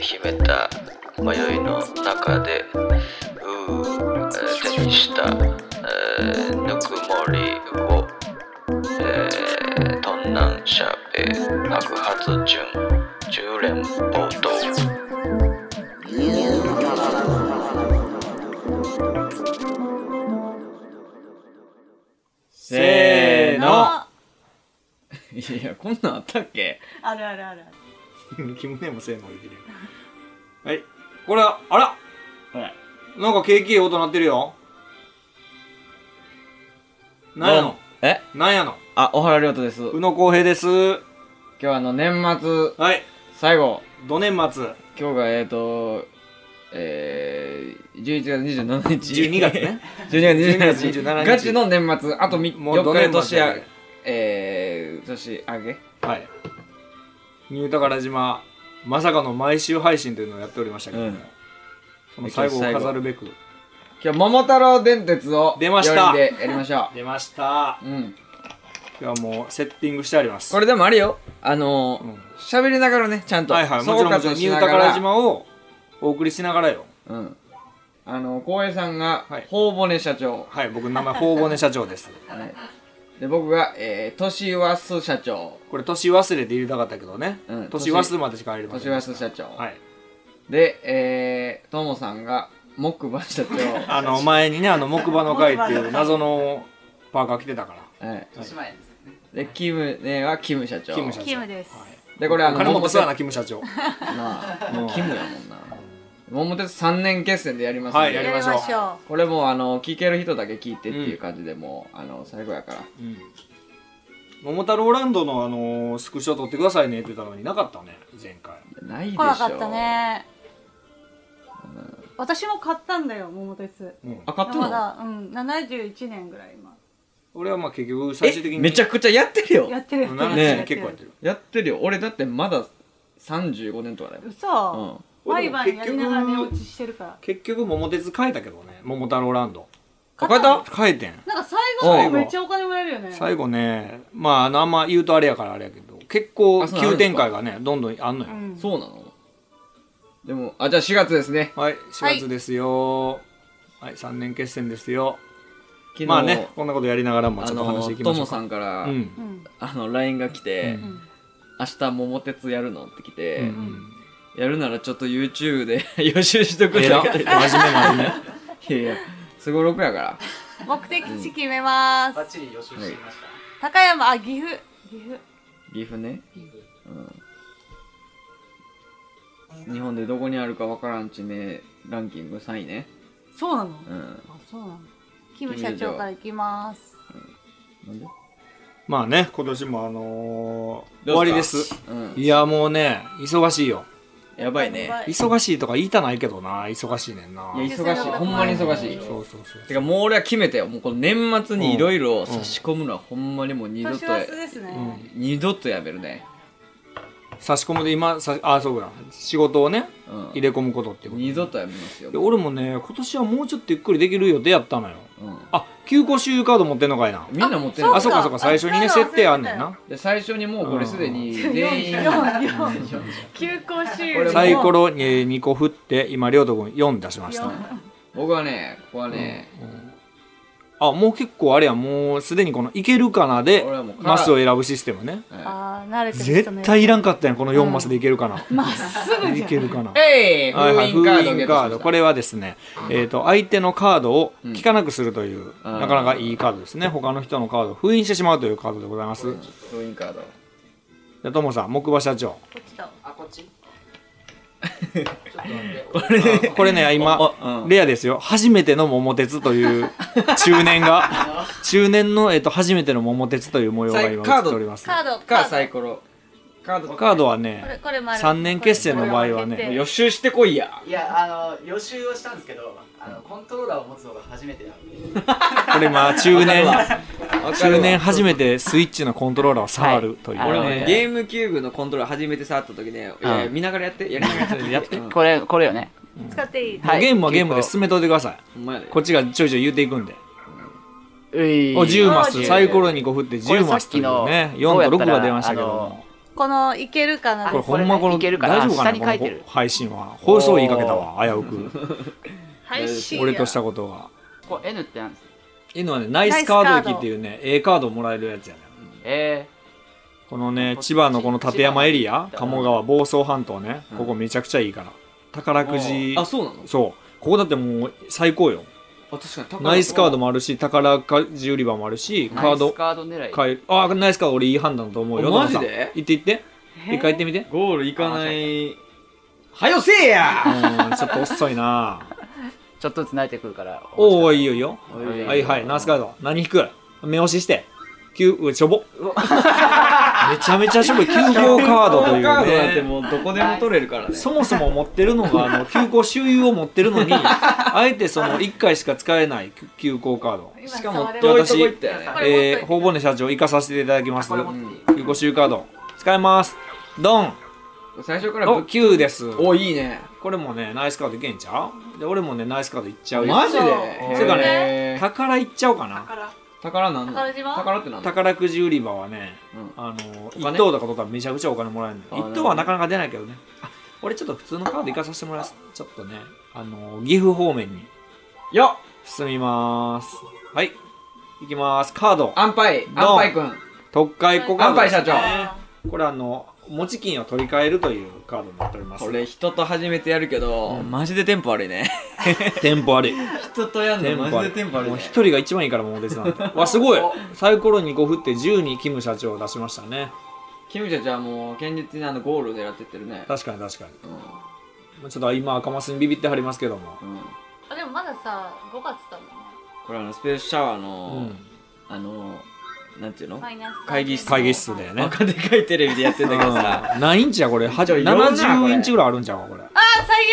秘めた迷いの中でうーえー手にした、えーぬくもりを、えー、トンナンシャベ白髪順十連暴動せーのあいやこんなんあったっけるあるある キムネもせーのできるよはいこれはあらはいなんか景気いい音鳴ってるよなんやのえなんやのあ、小原亮太です。宇今野浩平です日はあの、年末、はい最後、土年末今日がえっ、ー、と、えー、11月27日。 12 月ね。 12月12月27日。 27日ガチの年末、あとみもう4土日で年年末ややで、えー、年明けはいニュータカラ島まさかの毎週配信というのをやっておりましたけど、うんその最後を飾るべく今日、桃太郎電鉄を、出ました四人でやりましょ出ましたう。うん。今日はもうセッティングしてありますこれでもあれよ、あのうんー、喋、りながらね、ちゃんと。はいはいも総ちろんもちろ括んニしューなタがカらラ島をお送りしながらようん。あの、光栄さんが、はい頬骨社長。はい僕の 名前頬骨社長ですはい。で、僕が、えー、年わす社長。これ年忘れで入れたかったけどね、うん年忘れまでしか入れませ年んわす社長。はいで、えー、ともさんが、木馬社長。 あの前にねあの木馬の会っていう謎のパーカー着てたからはい。おしまいでで、キムねはキム社長。キム社長すキムですで、これあの、金本そうやな桃キム社長鉄 なあうんキムやもんな。桃鉄3年決戦でやりますんで、はいやりましょうょこれもうあの、聞ける人だけ聞いてっていう感じで、もう、あの、最後やから。うん桃太郎ランドのあのースクショ撮ってくださいねって言ったのになかったね前回ないでし来ょ。なかった。ね私も買ったんだよ桃鉄うんあ、買ったまのだうん71年ぐらい今俺はまあ結局最終的え、にめちゃくちゃやってるよ。やってるやってる70ねやってる結構やってるやってるよ俺だってまだ35年とかだよ、う嘘ん、毎晩やりながら寝落ちしてるから結局桃鉄変えたけどね桃太郎ランドあ変えた変えてんなんか最後のめっちゃお金もらえるよね最後ねまああのあんま言うとあれやからあれやけど結構あそうなん急ですか展開がねどんどんあんのよ、うんそうなのでもあじゃあ4月ですねはい4月ですよはい、3年決戦ですよ昨日まあねこんなことやりながらもあちょっと話してのいきまトしょモうかさんから、うんうんあの LINE が来て、うんうん明日桃鉄やるの?」って来て、うんやるならちょっと YouTube で 予習しとくえれらよ真面目真面目いやいやすごろくやから目的地決めますバッチリ予習していました高山あ岐阜岐阜岐阜ね、うん、日本でどこにあるかわからん地名ランキング3位ねそうなのうんあそうなのキム社長から行きますなんでまあね今年もあのーど終うわすかりですうんいやもうね忙しいよやばいね忙しいとか言いたないけどな忙しいねんないや忙しいほんまに忙しいそうそうそうてかもう俺は決めたよもうこの年末にいろいろ差し込むのはほんまにもう二度と年忘ですね、二度とやめるね差し込むで今さあそうや仕事をねうん入れ込むことってこと二度とやめますよで俺もね今年はもうちょっとゆっくりできる予定やったのようんあ休校収カード持ってんのかいなみんな持ってるああそそうかうかそうか最初にね設定あんねんなで最初にもうこれすでに四全員四四休校これ週もサイコロ2個振って今亮斗君4出しました僕はねここはねあもう結構あれやもうすでにこの「いけるかな」で俺はもうマスを選ぶシステムねあー慣れてる人ね絶対いらんかったやんこの4マスでいけるかな、まっすぐじいゃんけるかなえいはい封は印カーいドゲットしましたこれはですね、えー、と相手のカードをん聞かなくするという、あーなかなかいいカードですね他の人のカードを封印してしまうというカードでございます封印カードじゃあともさん木馬社長こっちだあこっちこれ これ ね今あうんレアですよ初めての桃鉄という中年 が中年の、えー、と初めての桃鉄という模様が今映っておりますカードかサイコロカードカードはこれねこれ丸3年決戦の場合はねこれ予習してこいやいやあの予習をしたんですけどあのコントローラーを持つのが初めてなんでこれまあ中年中中年初めてスイッチのコントローラーを触るという、俺もねねゲームキューブのコントローラー初めて触った時ねいやいや見ながらやってやりな がらやってやってうんこれ、これよね。使っていいはいゲームはゲームで進めといてくださいほんまやでこっちがちょいちょい言っていくんでういお10マあスーサイコロ2個振ってこれ10さマっスといきうのねこう4やっとた6らが出ましたけどあものこのいけるかなこれこほれんまこのいけるかな大丈夫かな下にこ書いてるの配信は放送言いかけたわ危う く配信や俺としたことがこれ N ってなんですか N はねナイスカード駅っていうね A カードもらえるやつやねえこのね千葉のこの館山エリア千葉鴨川房総半島ねうんここめちゃくちゃいいから宝くじあそうなのそうここだってもう最高よあ確かに高いナイスカードもあるし宝くじ売り場もあるしー、カーナイドスカード狙い買えるあナイスカード俺いい判断だと思うよマジ野田さんで行って行って一回行ってみてうんゴール行かないはよせえやちょっと遅いなちょっとずつ慣れてくるからおおいいよいいよいはいはい、ナイスカード。何引く目押しして。急、うわし ょぼ。めちゃめちゃしょぼい。急行カードといカードなんてうね。もうどこでも取れるからねそもそも持ってるのが、 あの、急行周遊を持ってるのに、あえてその1回しか使えない急行カード。今しかも触れま遠いすとこ行ったよねこれ持っえといてー、方々の社長、行かさせていただきますこ。れ持っていい急行周遊カード。使います。ドン。最初からお、ぶ9です。おいいねこれもね、ナイスカードいけんちゃうで、俺もね、ナイスカードいっちゃうよ。マジでそうそれからねへー宝いっちゃおうかな。宝宝なんの宝島宝ってなんだ宝くじ売り場はね、うんあの金一等とか取ったらめちゃくちゃお金もらえるあーの一等はなかなか出ないけどねあ俺ちょっと普通のカード行かさせてもらいますちょっとねあの岐阜方面によっ進みますはい行きますカード安牌安牌くん特会小カー安ド牌です社長これあの持ち金を取り替えるというカードになっておりますこれ人と初めてやるけどうんマジでテンポ悪いねテンポ 悪い人とやんのマジでテンポ悪いもうね一人が一番いいからもう別なんて わすごいサイコロに5振って10にキム社長を出しましたねキムちゃんじゃあもう堅実にあのゴールを狙ってってるね確かに確かにうんまあちょっと今赤マスにビビってはりますけどもうんあでもまださ5月だもんねこれあのスペースシャワーうのんあのなんていうのマイナス会議室会議室でねバカでかいテレビでやってんだけどさうん何インチやこれはちょいろんなこ70れインチぐらいあるんちゃうかこれあー最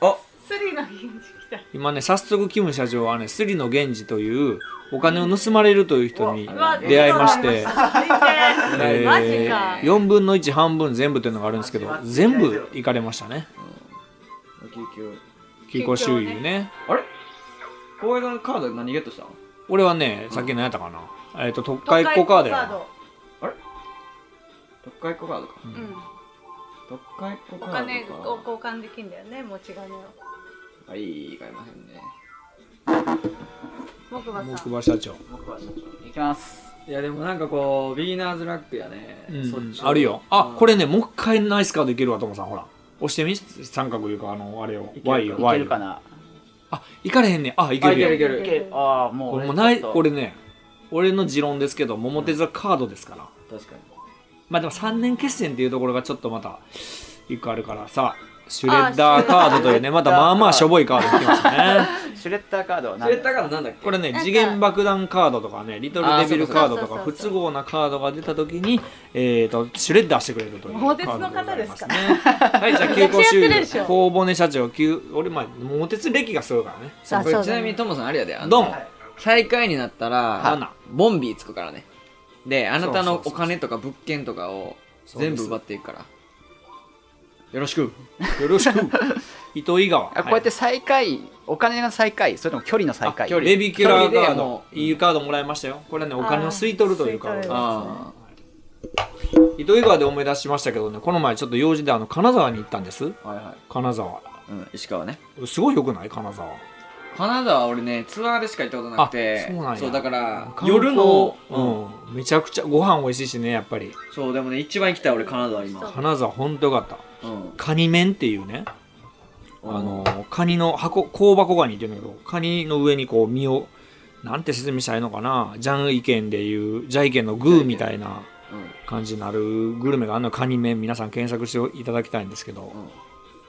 悪おスリの日に来た今ね早速キム社長はねスリの源氏というお金を盗まれるという人にううわ出会いまして出会いましたえマジかー4分の1半分全部というのがあるんですけどマジマジ全部行かれましたね救急休校周遊ね浩平さんカード何ゲットしたの俺はねさっき何やったかな、えっと特会っ子カードやな特会っ子カードかうんうん特会っ子おカ金ードをか交換できんだよね持ち金をはい買いませんね木馬木さん馬社長、僕は社長いきますいやでもなんかこうビギナーズラックやねうんあるよあこれねもう一回ナイスカードいけるわともさんほら押してみ三角いうかあのあれをいける Y をいけ Y るをかなあ行かれへんねあ行けあるよいけるいけるああもこうれ俺もうないちょっとこれね俺の持論ですけど桃鉄はカードですから、確かにまあでも3年決戦っていうところがちょっとまた一個あるからさシュレッダーカードというねあーまたまあまあしょぼいカードきましたね シュレッダーカードはそ何れったからなんだっけこれねなんか次元爆弾カードとかねリトルデビルカードとあかーそ不うそうそうそ都う合なカードが出た時にえーとシュレッダーしてくれるという桃鉄のカードございますねはい じゃあめ休っちゃ校やって終るでし了ょ頬骨社長休俺まあ桃鉄歴がすごいからねあこれそうちなみにだともさんあれやであのドン最下位になったら7ボンビーつくからねであなたのそうそうそうそおう金とか物件とかをそう全です部奪っていくからよろしくよろしく糸井川あこうやって最下位お金が最下位それとも距離の最下あ位距離レビキュラー一人カーでもドういいカードもらいましたよこれはねお金を吸い取るというカードあーあ糸魚川で思い出しましたけどねこの前ちょっと用事であの金沢に行ったんですあはいは金沢い、うん、石川ねすごいよくない金沢金沢は俺ねツアーでしか行ったことなくてあそうなんやだから観光夜の、うんうんめちゃくちゃご飯美味しいしねやっぱりそうでもね一番行きたい俺金沢今、金沢ほんとよかったうん、カニ麺っていうねあのカニの箱香箱ガニっていうんだけどカニの上にこう身をなんて説明したらいいのかなジャンイケンでいうジャイケンのグーみたいな感じになるグルメがあるのカニ麺皆さん検索していただきたいんですけど、うん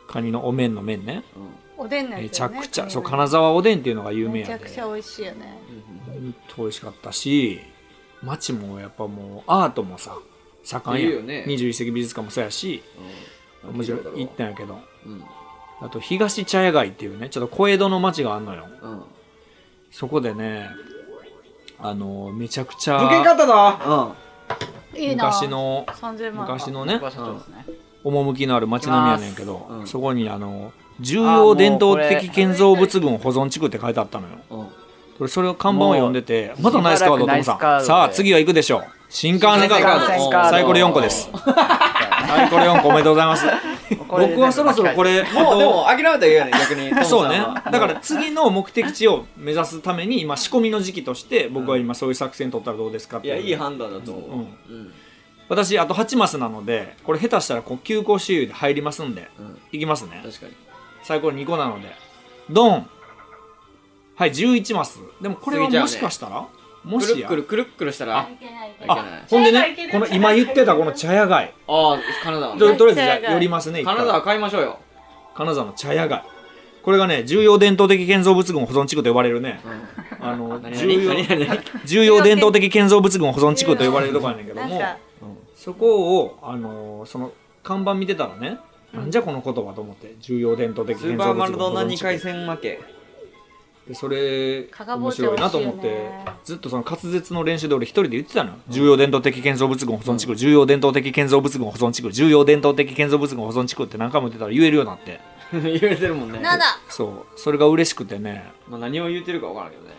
カニのお麺の麺ねうんうんおでんのやつめちゃくちゃ、そうな金沢おでんっていうのが有名めちやゃでくちゃ美味しいよねうんうんと美味しかったし街もやっぱもうアートもさ盛んいいやよん、ね21世紀美術館もそうやしもちろん行ったんやけどうんあと東茶屋街っていうねちょっと小江戸の街があんのようんそこでねあのめちゃくち物件買ゃったぞいいな昔の30万昔のねねここは社長ですね趣のある町並みやねんけど、うんそこにあの重要伝統的建造物群保存地区って書いてあったのようんうん俺それを看板を読んでてまたナイスカードしばらくトナムイスさカードんでさあ次は行くでしょう新幹線カ新幹ー線ドカードサイコロ4個ですサイコロ4個おめでとうございますこれで僕はそろそろこれもうでもあ諦めたら言うよね逆にトムさんとは そうねだから次の目的地を目指すために今仕込みの時期として僕は今そういう作戦取ったらどうですかっていやいい判断だと思う、うん私あと8マスなのでこれ下手したらこう急行周遊で入りますんで、うんいきますね確かにサイコロ2個なのでドンはい11マスでもこれは過ぎちゃうもねしかしたら、もくしるやっくるくるっくるしたらあいけないいけないいけないほんでねこの今言ってたこの茶屋街あーカナダのとねとりあえずじゃあ寄りますね一カナ回ダは買いましょうよ金沢の茶屋街これがね重要伝統的建造物群保存地区と呼ばれるね、あ の何重要何何何重要伝統的建造物群保存地区と呼ばれるとこやねんけどなんもかそこを、あのーその看板見てたらね、なんじゃこの言葉と思って重要伝統的スー建パ造ー物マ群ル保ドーナ存2地区回戦負けでそれ加賀面坊ちゃん白いなと思って、美味しいよねずっとその滑舌の練習で俺一人で言ってたのよ、重要伝統的建造物群保存地区重要伝統的建造物群保存地区重要伝統的建造物群保存地区って何回も言ってたら 言えるようになって言われてるもんね7そうそれが嬉しくてねまあ、何を言ってるか分からんけどね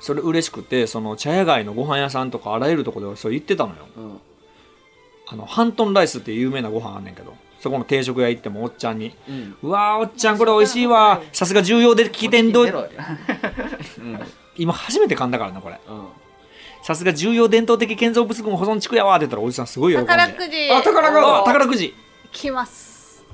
それ嬉しくてその茶屋街のご飯屋さんとかあらゆるところで俺それ言ってたのよ、んあのハントンライスっていう有名なご飯あんねんけどそこの定食屋行ってもおっちゃんにうん「うわーおっちゃんこれ美味しいわさすが重要で聞いてんどう ん今初めて噛んだからなこれうんさすが重要伝統的建造物群保存地区やわ」って言ったらおじさんすごい喜んで宝くじあ宝くじあ宝くじ来ます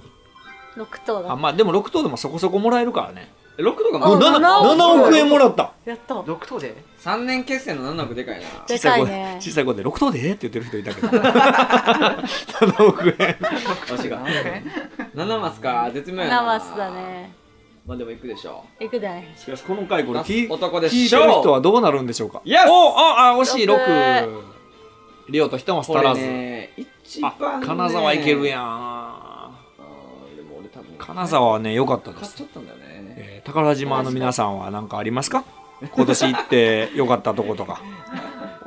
6等あだまあでも6等でもそこそこもらえるからね6とかあも7 7億円もらったやっと6等で3年決戦の7億でかいな小でさかいい声ね小さい声で6等でって言ってる人いたけど7億円わしが7マスか絶妙やな7マスだねまあでも行くでしょいくだねしかしこの回これ聞い男でしょ聞いてる人はどうなるんでしょうか Yes！おああ惜しい六6リオと一マスう足らず、ね一あ番、ね、金沢いけるやんんでも俺多分金沢はね良かったで買っす、ちゃったんだよねえー宝島の皆さんは何かありますか今年行って良かったとこと か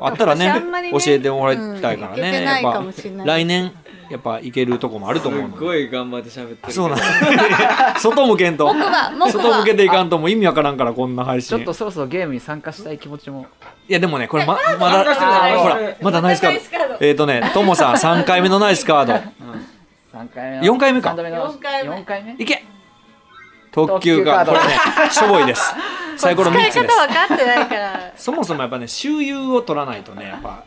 あったらね私あんまりね教えてもらいたいからうん行けねてやなっいぱかもしれない来年やっぱ行けるとこもあるとす思うのっでごい頑張って喋ってるそうなん 外向けんと木馬木馬外向けていかんともう意味わからんからこんな配ちょっ信とそろそろゲームに参加したい気持ちもいやでもねこれままだ参加してる参加してるほらまだナイスカードスカーえーとね、ともさん3回目のナイスカード。 3回目の四回目か三度目の四回目四回目いけ特急カード。こ特れ急カードね、しょぼいです。サイコロ使3いつで方す。分かってない からそもそもやっぱね、周遊を取らないとね、やっぱ、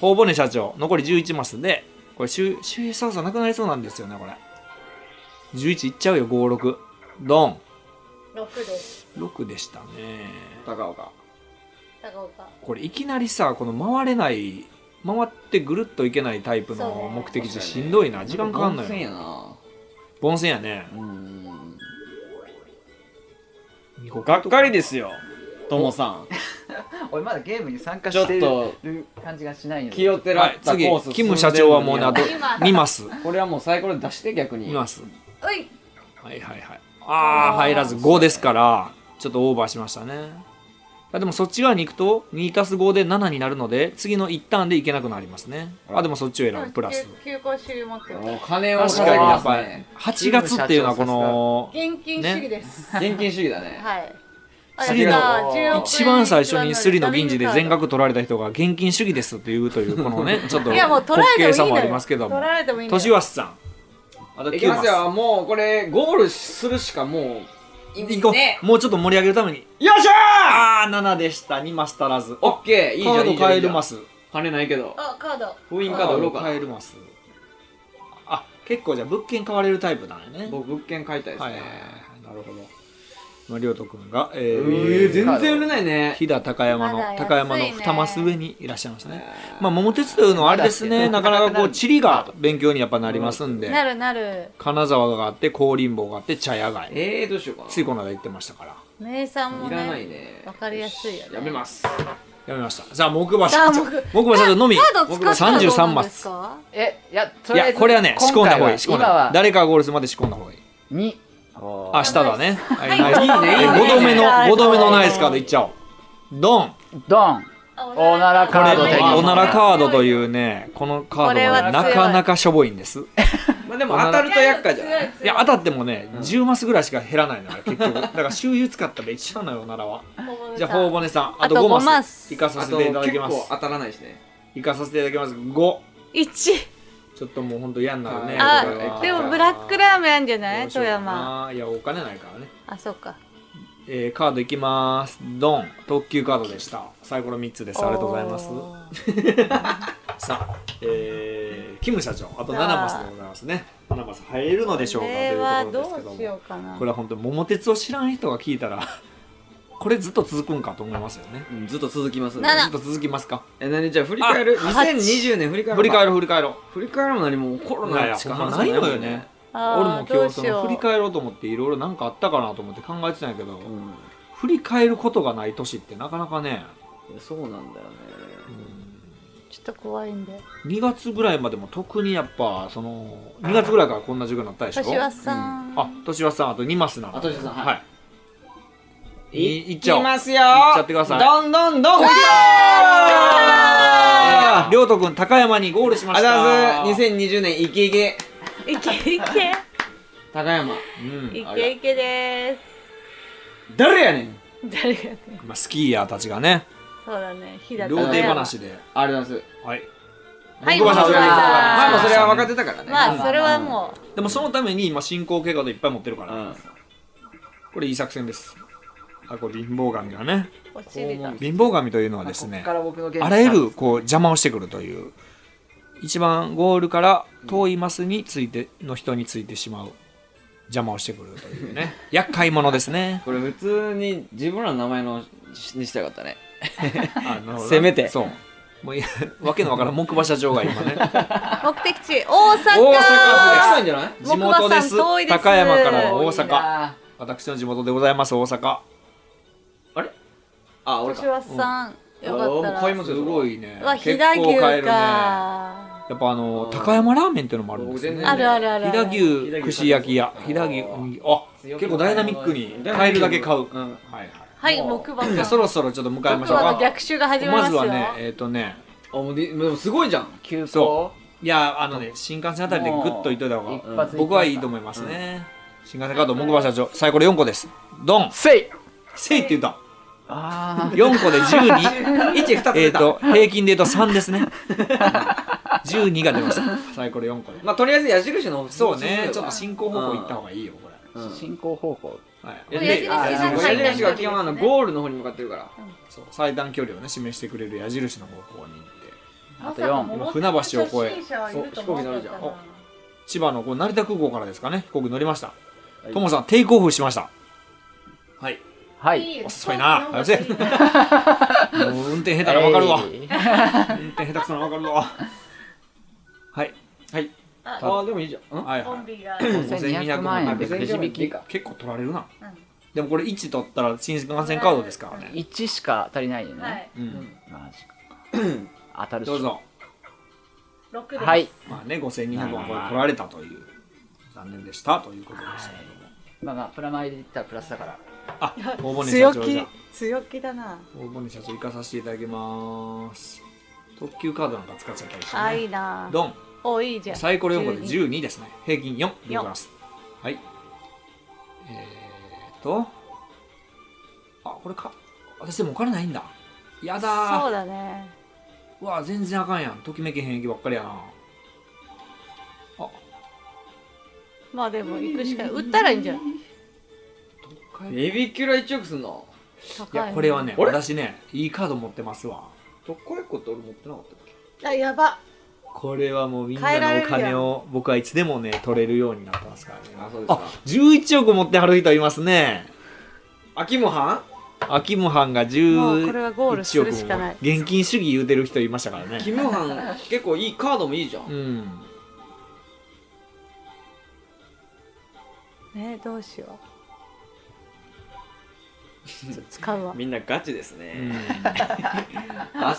頬骨社長、残り11マスで、これ周、周遊操作なくなりそうなんですよね、これ。11いっちゃうよ、5、6。ドン。 6です6でしたね。高岡高岡これ、いきなりさ、この回れない、回ってぐるっといけないタイプの目的地しんどいな。時間かかんの温泉よ。やな凡戦やね。うんがっがっかりですよともさん俺まだゲームに参加ちょしってとる感じがしないよ気をてらはっい、たコ次ース、キム社長はもうね、あと進んでんのに見ます。これはもうサイコロ出して逆に見ます。おいはいはいはい。ああ、入らず5ですから、ちょっとオーバーしましたね。あでもそっち側に行くと、2たす5で7になるので、次の一旦で行けなくなりますね。あ、でもそっちを選ぶ、プラス。休校主持ってるもう金を確稼かにぎやまっすぱね、 8月っていうのはこの、現金主義です、現金主義だねはいスリの一番最初にスリの銀次で全額額取られた人が現金主義ですって言うという、このね、ちょっといやもう取滑られてもい稽いさのよもありますけども取。られてもいいのよ年はさん。あとい9きまマすス。よもうこれゴールするしかもう行こう、ねもうちょっと盛り上げるためによっしゃああ7でした2マス足らずーオッケーいいじゃんいいじゃんいいじゃんス金ないけどあカード封印カーカドー売ろドうか買えるマスあ結構じゃあ物件買われるタイプなんやね僕物件買いたいですはいはいねはいなるほどまあ亮斗君がええーー全然売れないね飛騨高山の、まだ安いね高山の二マス上にいらっしゃいましたねまあ桃鉄というのはあれですねなかなかこう地理が勉強にやっぱなりますんでなるなる金沢があって高林坊があって茶屋街えーどうしようかなついこの間行ってましたから名産もいねらないねわかりやすいよねやめますやめましたじゃあ木馬社あ長木木馬社長のみカード使ったらどう33なんマですスかえいやといりあえやずこれはね仕込んだ方がいい仕込ん今だ方がいいは誰かがゴールするまで仕込んだ方がいい2あ下だねはいはいナイスいいねえいいね5度目のいいね5度目のナイスカードいっちゃおうドンドンおならこカれード手に入れおるならカードというねこのカードこれはが強ないかなかしょぼいんですまあでも当たると厄介じゃないいや当たたってもね、10マスぐらいしか減らないのよ結局だから周遊使ったら一緒なのよおならはじゃあ頬骨さんあとあと5五ママススいかさあせとていただ結きま構す当たらないしねいかさせていただきます5 1ちょっともうほんと嫌になるねあこれはでもブラックラーメンあんじゃないどうしよう富かな山いやお金ないからね、あそうかえーカードいきますドン特急カードでしたサイコロ3つですありがとうございますおーさあ、えー、キム社長あと7マスでございますね7マス入るのでしょうかことれいはうところですけどうしどもようかなこれは本当に桃鉄を知らん人が聞いたら これずっと続くんかと思いますよねうんずっと続きますんでなずっと続きますかえ何じゃあ振り返る2020年振り返る振り返ろう振り返ろう振り返るも何もコロいやいナやしかほんま話ないせのもよんねねあー俺も今日そどうしよのう振り返ろうと思っていろいろなんかあったかなと思って考えてたんやけど、振り返ることがない年ってなかなかね、いやそうなんだよねちょっと怖いんで2月ぐらいまでも特にやっぱその2月ぐらいからこんな授業になったでしょ柏さん、あ、としわさんあと2マスなのあとしわさんはいはいいいっちゃきおうますよいっちゃってくださいどんどんどんえーりょうとくん高山にゴールしまあしざたあざ2020年イケイケいけいけ高山うんいけいけで誰やねんす誰がねまあ、スキーヤーたちがねそうだね日高両手話でありがとうございはいはい僕はごめんなさいまあもうそれは分かかってたからねまあそれはもうでもそのために今進行経過でいっぱい持ってるから、うんこれいい作戦ですあこれ貧乏神がねお尻だ貧乏神というのはですこねっから僕の現実あらゆるこう邪魔をしてくるという一番ゴールから遠いマスについての人についてしまう邪魔をしてくるというね厄介者ですねこれ普通に自分らの名前のしにしたかったねあ のせめてそうもういやわけのわからん木馬社長が今ね目的地大阪大阪いんじゃない府です地元です 木馬さん遠いです高山からの大遠い阪な私の地元でございます大阪あ俺か柏さん、よかったら買いますすよごいねうわ飛結騨構牛買えるねやか、っぱあの高山ラーメンっていうのもあるんで僕す全ね然あるある飛あるある騨牛串焼き屋飛騨牛うんあ結構ダイナミックに買えるだけ買う、んはいはいはい木馬じさゃあんそろそろちょっと迎えまし木ょう馬のか。逆襲が始まりまますずよはね、えっ、とね、あもうででもすごいじゃん急そ行いや、あのね、新幹線あたりでグッといっといた方が、一発僕はいいと思いますね。新幹線カード、木馬社長、サイコロ4個です。ドンせいせいって言ったあ4個で12えっと平均で言うと3ですね12が出ましたサイコロ4個でまあとりあえず矢印のそうねちょっと進行方向行った方がいいよこれ、あ進行方向はい、矢矢印印がが入ったり矢印が基本あのゴールの方に向かってるからそう最短距離をね示してくれる矢印の方向に行ってあと4今船橋を越えそう千葉のこう成田空港からですかね飛行機乗りましたとも、さんテイクオフしましたはいはい遅いな早せもう運転下手な分かるわ、運転下手くそな分かるわはいああでもいいじゃんんはいコはンいビが5200万円でくじ引き結構取られるな、うんでもこれ1取ったら新幹線カードですからね、 1しか足りないよね、はいうん、マジか当たるしどうぞ六ですはいまあね5200万これ取られたという残念でしたということでしたけどもまあまあプラマイで言ったらプラスだからあ大骨社強長じゃ気強気だな大骨社長行かさせていただきます特急カードなんか使っちゃったりして、ね、あいいなドンおいいじゃんサイコロ4個で十12ですね。平均4でございます。はい。えーっと。あ、これか。私でもお金ないんだ。やそだうー。だねうわ、全然あかんやん。ときめけへん駅ばっかりやな。まあでも行くしかない売ったらいいんじゃんベビーキュラ1億すんのい高いや、これはね、あれ私ね、いいカード持ってますわ。どっこいこって俺持ってなかったっけあやばこれはもうみん変えなられのるおやん金を僕はいつでもね、取れるようになってますからね。あそうですあか、 11億持ってはる人いますね。秋もはんアキムハンがもうこれ11はゴールする億しかないも現金主義言うてる人いましたからね。キムハン結構いいカードもいいじゃんうん。ねどうしようちょっと使うわみんなガチですうね、ん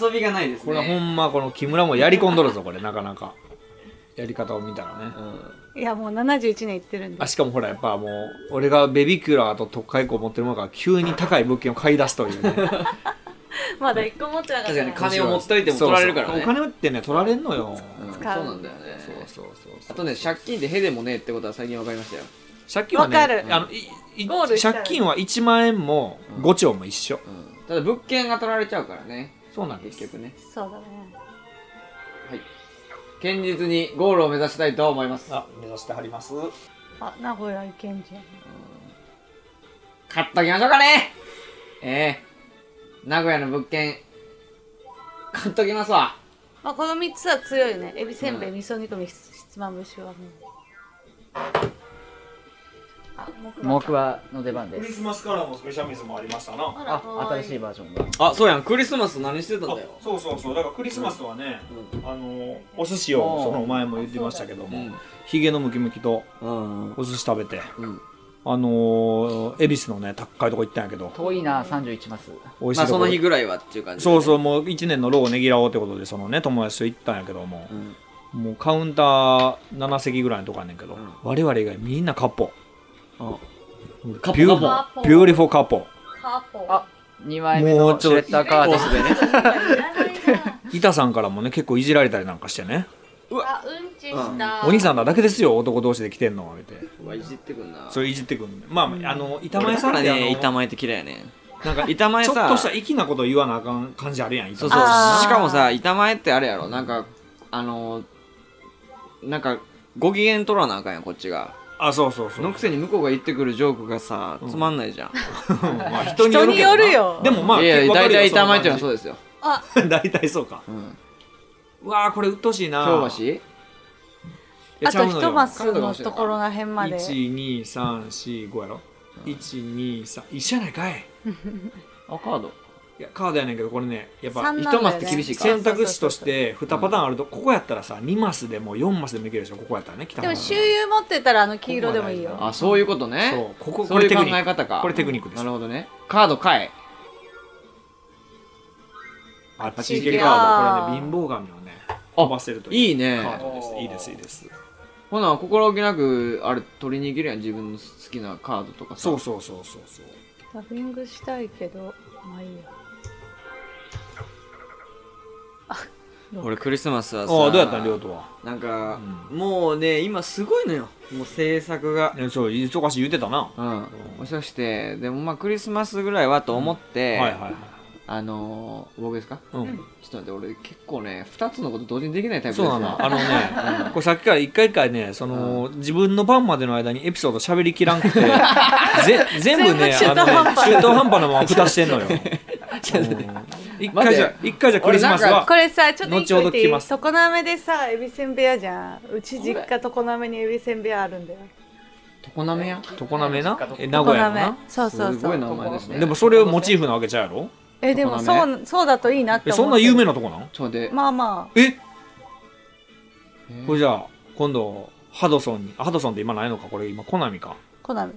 遊びがないですねこれはほんまこの木村もやり込んどるぞこれなかなかやり方を見たらねいやもう71年行ってるんであしかもほらやっぱもう俺がベビーキュラーと特化以降持ってるものから急に高い物件を買い出すというねまだ一個持ってなか った確かに金を面白持っといても取られるからねそうそうお金ってね取られんのよ、使買そううなんだよねそうそうそうそうあとね借金ってヘでもねえってことは最近分かりましたよ借金はねわかるあのいいゴールしたら借金は1万円も5兆も一緒、うんただ物件が取られちゃうからねそうなんで結す局ねそうだね堅実にゴールを目指したいと思いますあ目指してはりますあ名古屋行けんじゃん買っときましょうかねええ名古屋の物件買っときますわまあこの3つは強いよねエビせんべい味噌煮込みひつひつまぶしはもうモクワの出番ですスマスカラーもスペシャル水もありましたなあらあかわい新しいバージョンがあそうやんクリスマス何してたんだよそうそうそうだからクリスマスはね、あのお寿司あをーその前も言ってましたけどうも、んヒゲのムキムキとうんお寿司食べて、うんあのー恵比寿のね高いとこ行ったんやけど遠いな31マス美味しまあいとそこ、の日ぐらいはっていう感じそうそううもう1年の労をねぎらおうってことでそのね友達と行ったんやけども、んもうカウンター7席ぐらいのとこやねんけど、ん我々以外みんなカッポカッポビューカッポビューティフォーカッポカーポあ2枚目のシュレッダーカードでね板さんからもね結構いじられたりなんかしてねあうんちした、お兄さんらだけですよ男同士で来てんのは見てうわいじってくんなそれいじってくんねまあ、あの板板前前ささんんっらてあのね板前って嫌いやねなんか板前ちょさっとした粋なこと言わなあかん感じあるやんそうそ板う前あーしかもさ板前ってあれやろなんかあのなんかご機嫌取らなあかんやんこっちがあそうそうそうのくせに向こうが言ってくるジョークがさつまんないじゃん、まあ人人によるけどなよでもまあいやいやわか大る体よ板前っていうのはそそうのですよ、あ感じ 大体そうかうん、うわーこれ鬱陶しいな京橋いあと一一マスのところらへんまで12345やろ123一緒やないかいあカードいやカードやねんけどこれねやっぱ三一マスって厳しいか選択肢として2パターンあるとここやったらさ2マスでも4マスでもいけるでしょここやったらね北でのも方周遊持ってたらあの黄色でもいいこよあそういうことねそうここそこういれうテ考クニえック方かこれテクニックですなるほどねカード買えあっパちチ行ンけケカードあーこれね貧乏神をねあ飛ばせるといういいカねードですいいですいいですほな心置きなくあれ取りに行けるやん自分の好きなカードとかさそうそうそうそうそうラフィングしたいけどまあいいや俺クリスマスはさああどうやったん亮とはなんか、もうね今すごいのよもう制作がいやそう忙しい言うてたなうんお忙してでもまあクリスマスぐらいはと思って、はいはいはいあのー、僕ですかうんちょっと待って俺結構ね2つのこと同時にできないタイプそでうすなの。あのね、これさっきから一回一回ね、その、自分の番までの間にエピソード喋りきらんくて、ぜ全部ね、全部中途あの半ね、端中途半端なまま蓋してんのよ。うん一回じゃ待、一回じゃクリスマス俺なはん、これさちょっと後ほど一個言ってい聞きまいす常滑でさエビせんべい屋じゃんうち実家常滑にエビせんべい屋あるんだよ常滑屋常滑な、え名古屋のな常滑。そうそうそうすごい名前ですねでもそれをモチーフなわけじゃうやろえでも常滑そうそうだといいなってえ、思ってそんな有名なとこなんちょっと待って、まあまえこれじゃあ、今度、ハドソンに、あハドソンって今ないのか、これ今、コナミか。あコナミ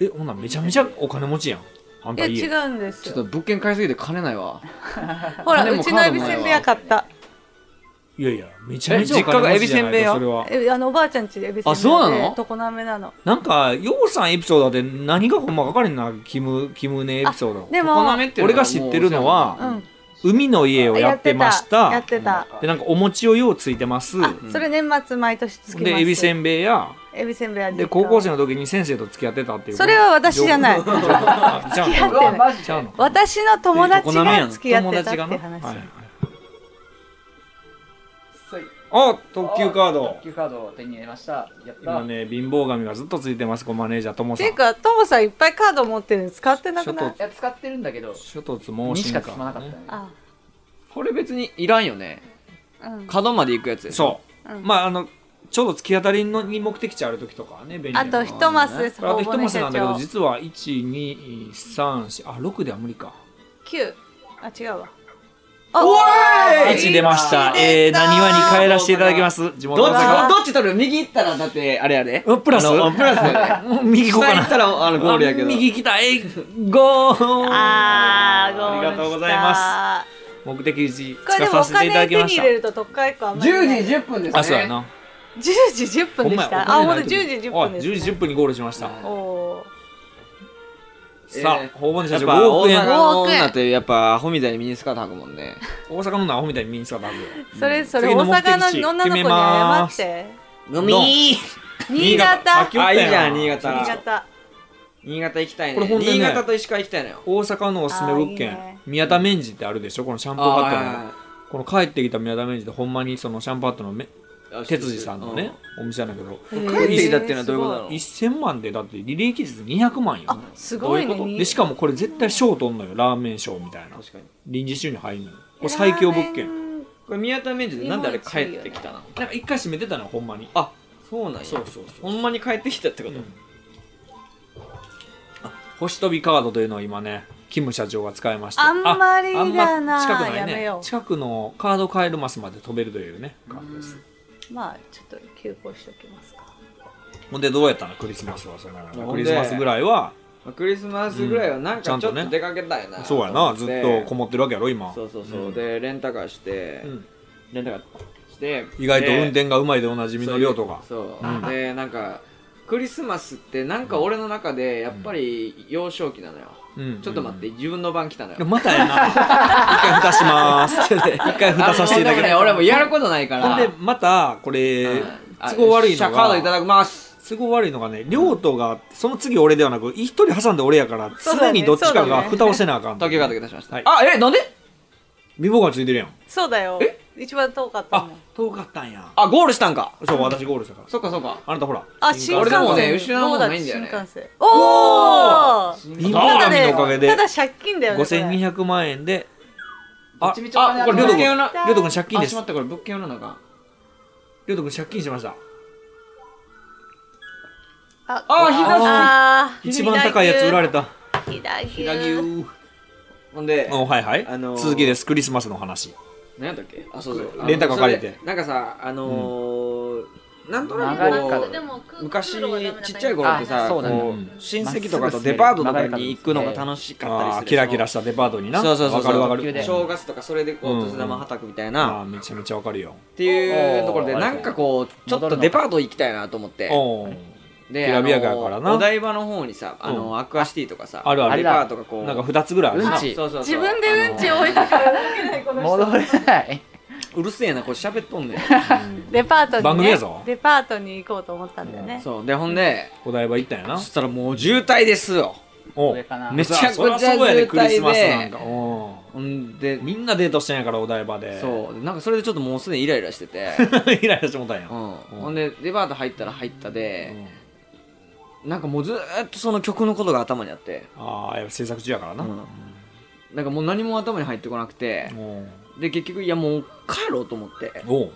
え、ほんならめちゃめちゃお金持ちやん。あんいたや家。違うんですちょっとよ物件買いすぎて金ないわほら金もうちのエビせんべい屋買ったいやいや、めちゃめちゃお金持ちじゃないえ実家がエビせんべいと屋それは。えあのおばあちゃんちでエビせんべい屋であそうなの常滑なのなんか、ようさんエピソードで何がほんまかかれんな、キム、キムネエピソード。で常も滑っていう俺のはが知ってるのは、うん海の家をやってました。やってたやってで、なんかお餅をようついてます。たあそれ年末毎年つきますで、エビせんんべいや、エビせんべい屋で、高校生生の時に先生と付き合ってたっていう。それは私じゃない情報あちゃうの付き合ってないあちゃうのか私の友達常滑やがん付き合ってた友っ達がてな話、はいはいあ、特急カード特。急カードを手に入れましたやった今ね、貧乏神がずっとついてます、こうマネージャーともさ。ていうんかトモさんいっぱいカード持ってるのに使ってなくないいや使ってるんだけど諸突猛にし進か進まなかかった。ねあこれ別にいらんよねうん角まで行くやつうそう、うんまああのちょうど突き当たりのに目的地ある時とかはね便利あと一マスですこれあと一マスなんだけど頬骨社実は1234あ6では無理か長九あ違うわおい1出ましたえー、なにわに帰らせていただきます地元どっち大どっち取る右行ったらだってあれやで阪うんプラスあのプラスだよね うん右行こう下行かっなたらあのゴールやけどあ右来たえーゴーあーゴールしたありがとうございま目的地これ着でかもおさせていただ金き手まにし入たれると特価以降あんまりない10時10分ですねあそうやな10時10分でしほんまやたあお金ほんないと10時10おい分です、ね、 10時10分にゴールしましたおーさえあ、訪問者やっ長ぱ5大億阪円。の女ってやっぱアホみたいにミニスカート履くもんね大阪の女アホみたいにミニスカート履くよ。それそれ次の大目的地阪の女の子に謝ってグミー新さっ潟き言ったやんあいいじゃん新潟新潟新潟行きたいねこれ本当にね新潟と石川行きたいのよ大阪のおすすめ物件あーいいね宮田メンジってあるでしょこのシャンプーハットのこの帰ってきた宮田メンジってほんまにそのシャンプーハットのめあ哲司さんのね、お店なんだけど帰ってきたっていうのはどういうことなの1000万でだって履歴率200万よすごいどういうことねでしかもこれ絶対賞取んのよラーメン賞みたいな確かに臨時収入入んのよこれ最強物件件これ宮田明治でなんであれ帰ってきたのなんか一回閉めてたのよほんまにあそうなんやそうそうそうほんまに帰ってきたってこと、星飛びカードというのを今ねキム社長が使いましてあんまりだなあんま近くないやめねよう近くのカードカエルマスまで飛べるというねカードですまあちょっと休校しておきますかほんでどうやったのクリスマスはそのでクリスマスぐらいはまあクリスマスぐらいはなんうんちゃかんちょとっねと出かけたいな、そうやなず思ってとこもってるわけやろ今そうそうそう、うんでレンタカーして、うんレンタカーして意外とで運転がうまいでおなじみの亮とかそう、うんでなんかクリスマスってなんか俺の中でやっぱり幼少期なのよ、うんちょっと待って自分の番来たのよ、またやな 一回蓋します 一回蓋させていただきあの俺もやることないかほんらでまたこれあ都合悪いシのャカードいたがだきます都合悪いのがね亮とがその次俺ではなく一人挟んで俺やからそうだ常ねにどっちかそうだがね蓋をせなあかん東京カードいたしました、はいあえなんで美貌がついてるやんそうだよ一番遠かったあもん遠かったんやあゴールしたんかそう私ゴールしたからそっかそっかあなたほらあ新幹俺線でもね失うものないんだよねどうって新幹線おお貧乏神のおかげでただ借金だよねこれ5200万円でどあっちみちお金ああこるれな物件用の亮斗君借金あでしすまったこれ物件用のなんか亮斗君借金しましたああひだあ一番高いやつ売られたたひだひらぎ牛ゅうほんでおはいはい、あのー続きですクリスマスの話何やったっけあそうそうあのレンタカー借りてそれでなんかさあのーなんとな曲くがこりう昔ちっちゃい頃ってあさそうだねこうんう親戚とかとデパートとかに行くのが楽しかったりすあるーキラキラししたデパートになそうそうそうわかるわか高級るで正月とかそれでこうんうお年玉はたくみたいあなーめちゃめちゃわかるよっていうところでおーなんかこうちょっとデパート行きたいなと思っておーできらびやかやからなあのお台場の方にさあうのアクアシティとかさあるあるデパートがこうなんか2つぐらいあるなうんそうそうそう自分でうんち置いてから動けないこの人戻れない。うるせえなこれ喋っとんねん デパートに、ね、番組やぞデパートに行こうと思ったんだよね、そうでほんでお台場行ったんやなそしたらもう渋滞ですよお上かなめちゃくちゃそりそうや渋滞ででクリスマスなんかおーほんでみんなデートしてんやからお台場でそうでなんかそれでちょっともうすでにイライラしてて、 イライラしてもたんやうん、ほんでデパート入ったら入ったうで、んなんかもうずーっとその曲のことが頭にあって、ああやっぱ制作中やからなうんなんかもう何も頭に入ってこなくて、おーで結局いやもう帰ろうと思っておう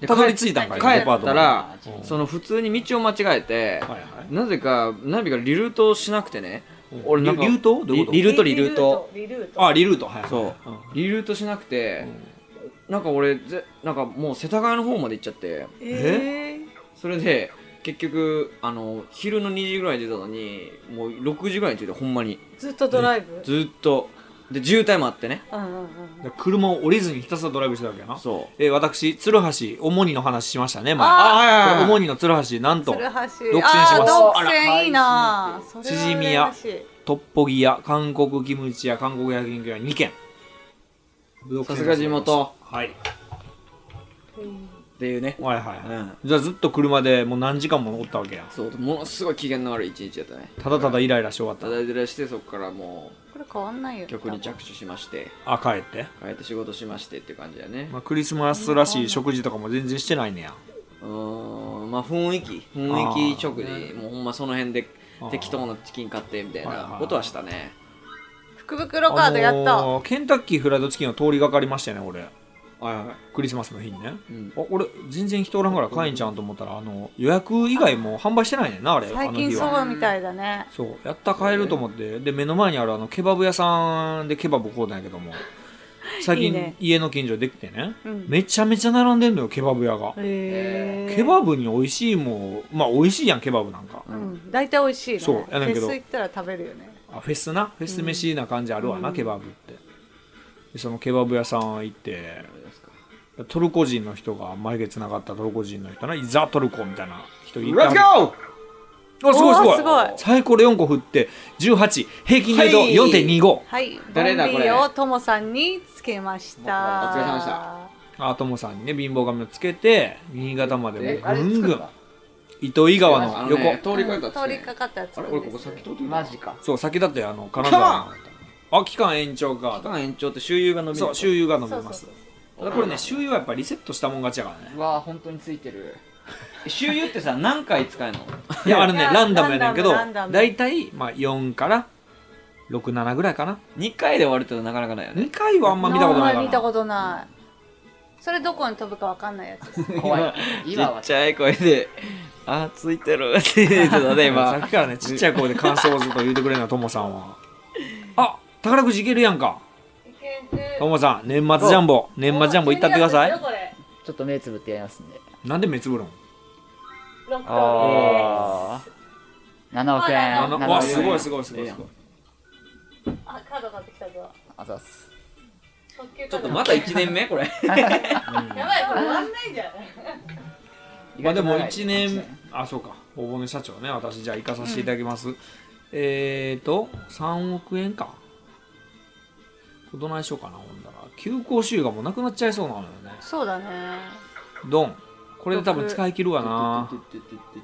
でたどり着いたんか帰い帰デパーっトたまでらうんその普通に道を間違えて、はいはいなぜかナビがリルートをしなくてね、うん俺なんかリリュートどういうことリリルートリルートリルートあリルートはいそううんリルートしなくて、なんか俺ぜなんかもう世田谷の方まで行っちゃってえー、それで結局あの昼の2時ぐらいに出たのにもう6時ぐらいに着いてほんまにずっとドライブずっとで渋滞もあってねうんうんうだんから車を降りずにひたすらドライブしてたわけやなそうえー私鶴橋おもにの話しましたね前ああはいはいこれはいおもにの鶴橋なんと鶴橋あ独占しますー独占いいなそれはしじみ屋羨ましいトッポギ屋韓国キムチ屋韓国焼肉屋2軒独占さすが地元はいっていうね、はいはい、うん、じゃあずっと車でもう何時間もおったわけやそうものすごい機嫌の悪い一日だったねただただイライラし終わったただいらしてそこからもこれ変わんないよう曲に着手しましてあ帰って、帰って仕事しましてって感じだねまあ、クリスマスらしい食事とかも全然してないねやうーんまあ雰囲気雰囲気食事もうほんまその辺であー適当なチキン買ってみたいはいはいはないことはしたね福袋カードやった、あのーケンタッキーフライドチキンを通りがかりましたよね俺はいはいクリスマスの日にね、うんあ俺全然人おらんから買えんちゃうんと思ったらあの予約以外も販売してないねんなあれあ最の日近はそうみたいだねそうやった買えると思ってで目の前にあるあのケバブ屋さんでケバブ買うたんやけど も最近いいね家の近所できてねうんめちゃめちゃ並んでんのよケバブ屋がへえケバブに美味しいもんまあ美味しいやんケバブなんかうん大体美味しいねそうやねんけどフェス行ったら食べるよねあフェスなフェス飯な感じあるわな、うんケバブってでそのケバブ屋さん行ってトルコ人の人が眉毛つながったトルコ人の人ないザトルコみたいな人いた Let's go! あすごいすおごーいすごいサイコロ4個振って18平均で言うと4.25、はい、誰だボンビーをともさんにつけました。お疲れ様でした。あともさんにね貧乏髪をつけて新潟までもえうぐんぐん糸魚川の横あのね通りかかった通っりねかかったやつあなれん俺です。ここさっき通ってたマジか。そう先だってあの金カ沢モのあ期間延長か期間延長って周遊が伸びるそう周遊が伸びまそすうそうただこれね周遊はやっぱリセットしたもん勝ちやから ねうわー本当についてる。周遊ってさ何回使えるのいやあれいねやランダムやねんけどランダムランダム大体まあ4から67ぐらいかな2回で終わるってなかなかないよね2回はあんま見たことないあんまかり見たらことない。それどこに飛ぶかわかんないやつ。怖い。ち今はっちゃい声で「あーついてる」って言ってたねさ今っきからねちっちゃい声で感想をずっと言うてくれるのともさんはあ宝くじいけるやんかともさん年末ジャンボ年末ジャンボ行ったってくださいちょっと目つぶってやりますんで。なんで目つぶるんああ。7億円。あの7わ億円すごいすごいすごいすごいあ、カード買ってきたぞ。あざっす。ちょっとまた1年目これやばい、これ終わんないじゃん。まあでも意外と1長い年あそうか大骨社長ね私じゃあ行かさせていただきます、えーと3億円かどないしようかなほんだら休校週がもうなくなっちゃいそうなのよねそうだね。ドンこれで多分使い切るわな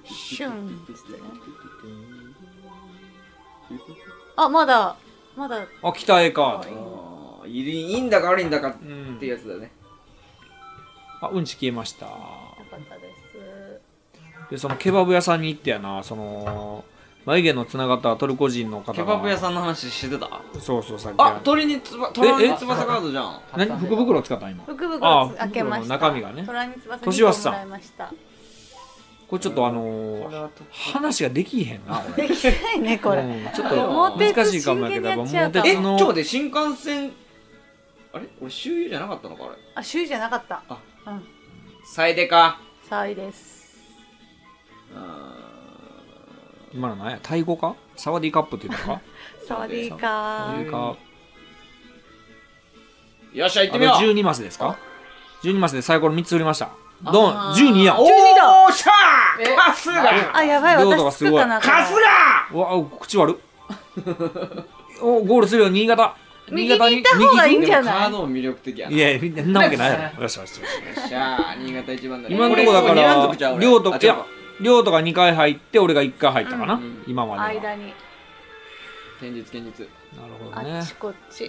シュンですね。あ、まだ、まだ。あ来た絵あかーいいいいんだか悪いんだかっうんていうやつだよねあうんち消えましたよかったです。でそのケバブ屋さんに行ってやなその眉毛のつながったトルコ人の方がケバブ屋さんの話してたんそうそうさっきあ鳥につばえ鳥えに翼カードじゃん何福袋使った今福袋あを開けました。福袋の中身がね虎に翼年はにさもらいました。これちょっとあのー話ができへんなこれできないね、これ。うんちょっもとう鉄難しいかもやけどやっぱ真剣にやっちゃうかえち桃鉄ょっとの待って新幹線あれ俺周遊じゃなかったのかあれ あ、首位じゃなかった。あうん。サイデか3位です。今の何やタイ語かサワディーカップっていうのかサワディーサカワディーー。カッよっしゃ行っプてあみれよう12マスですか12マスでサイコロ3つ振りましたドン12やんおうだーしゃーカスがあ、やばい、領土が私す作っごいたな。これカスがわお口割るおゴールするよ新潟新潟右に行った方がいいんじゃないでもカードも魅力的やないよやいやんなわけないやろよしよしよしっしゃー新潟一番だね今のとこだか俺二連続ちゃうら俺亮とあいや亮とが2回入って俺が1回入ったかな、うん今までは間に、違う現実現実なるほどあねっちこっち。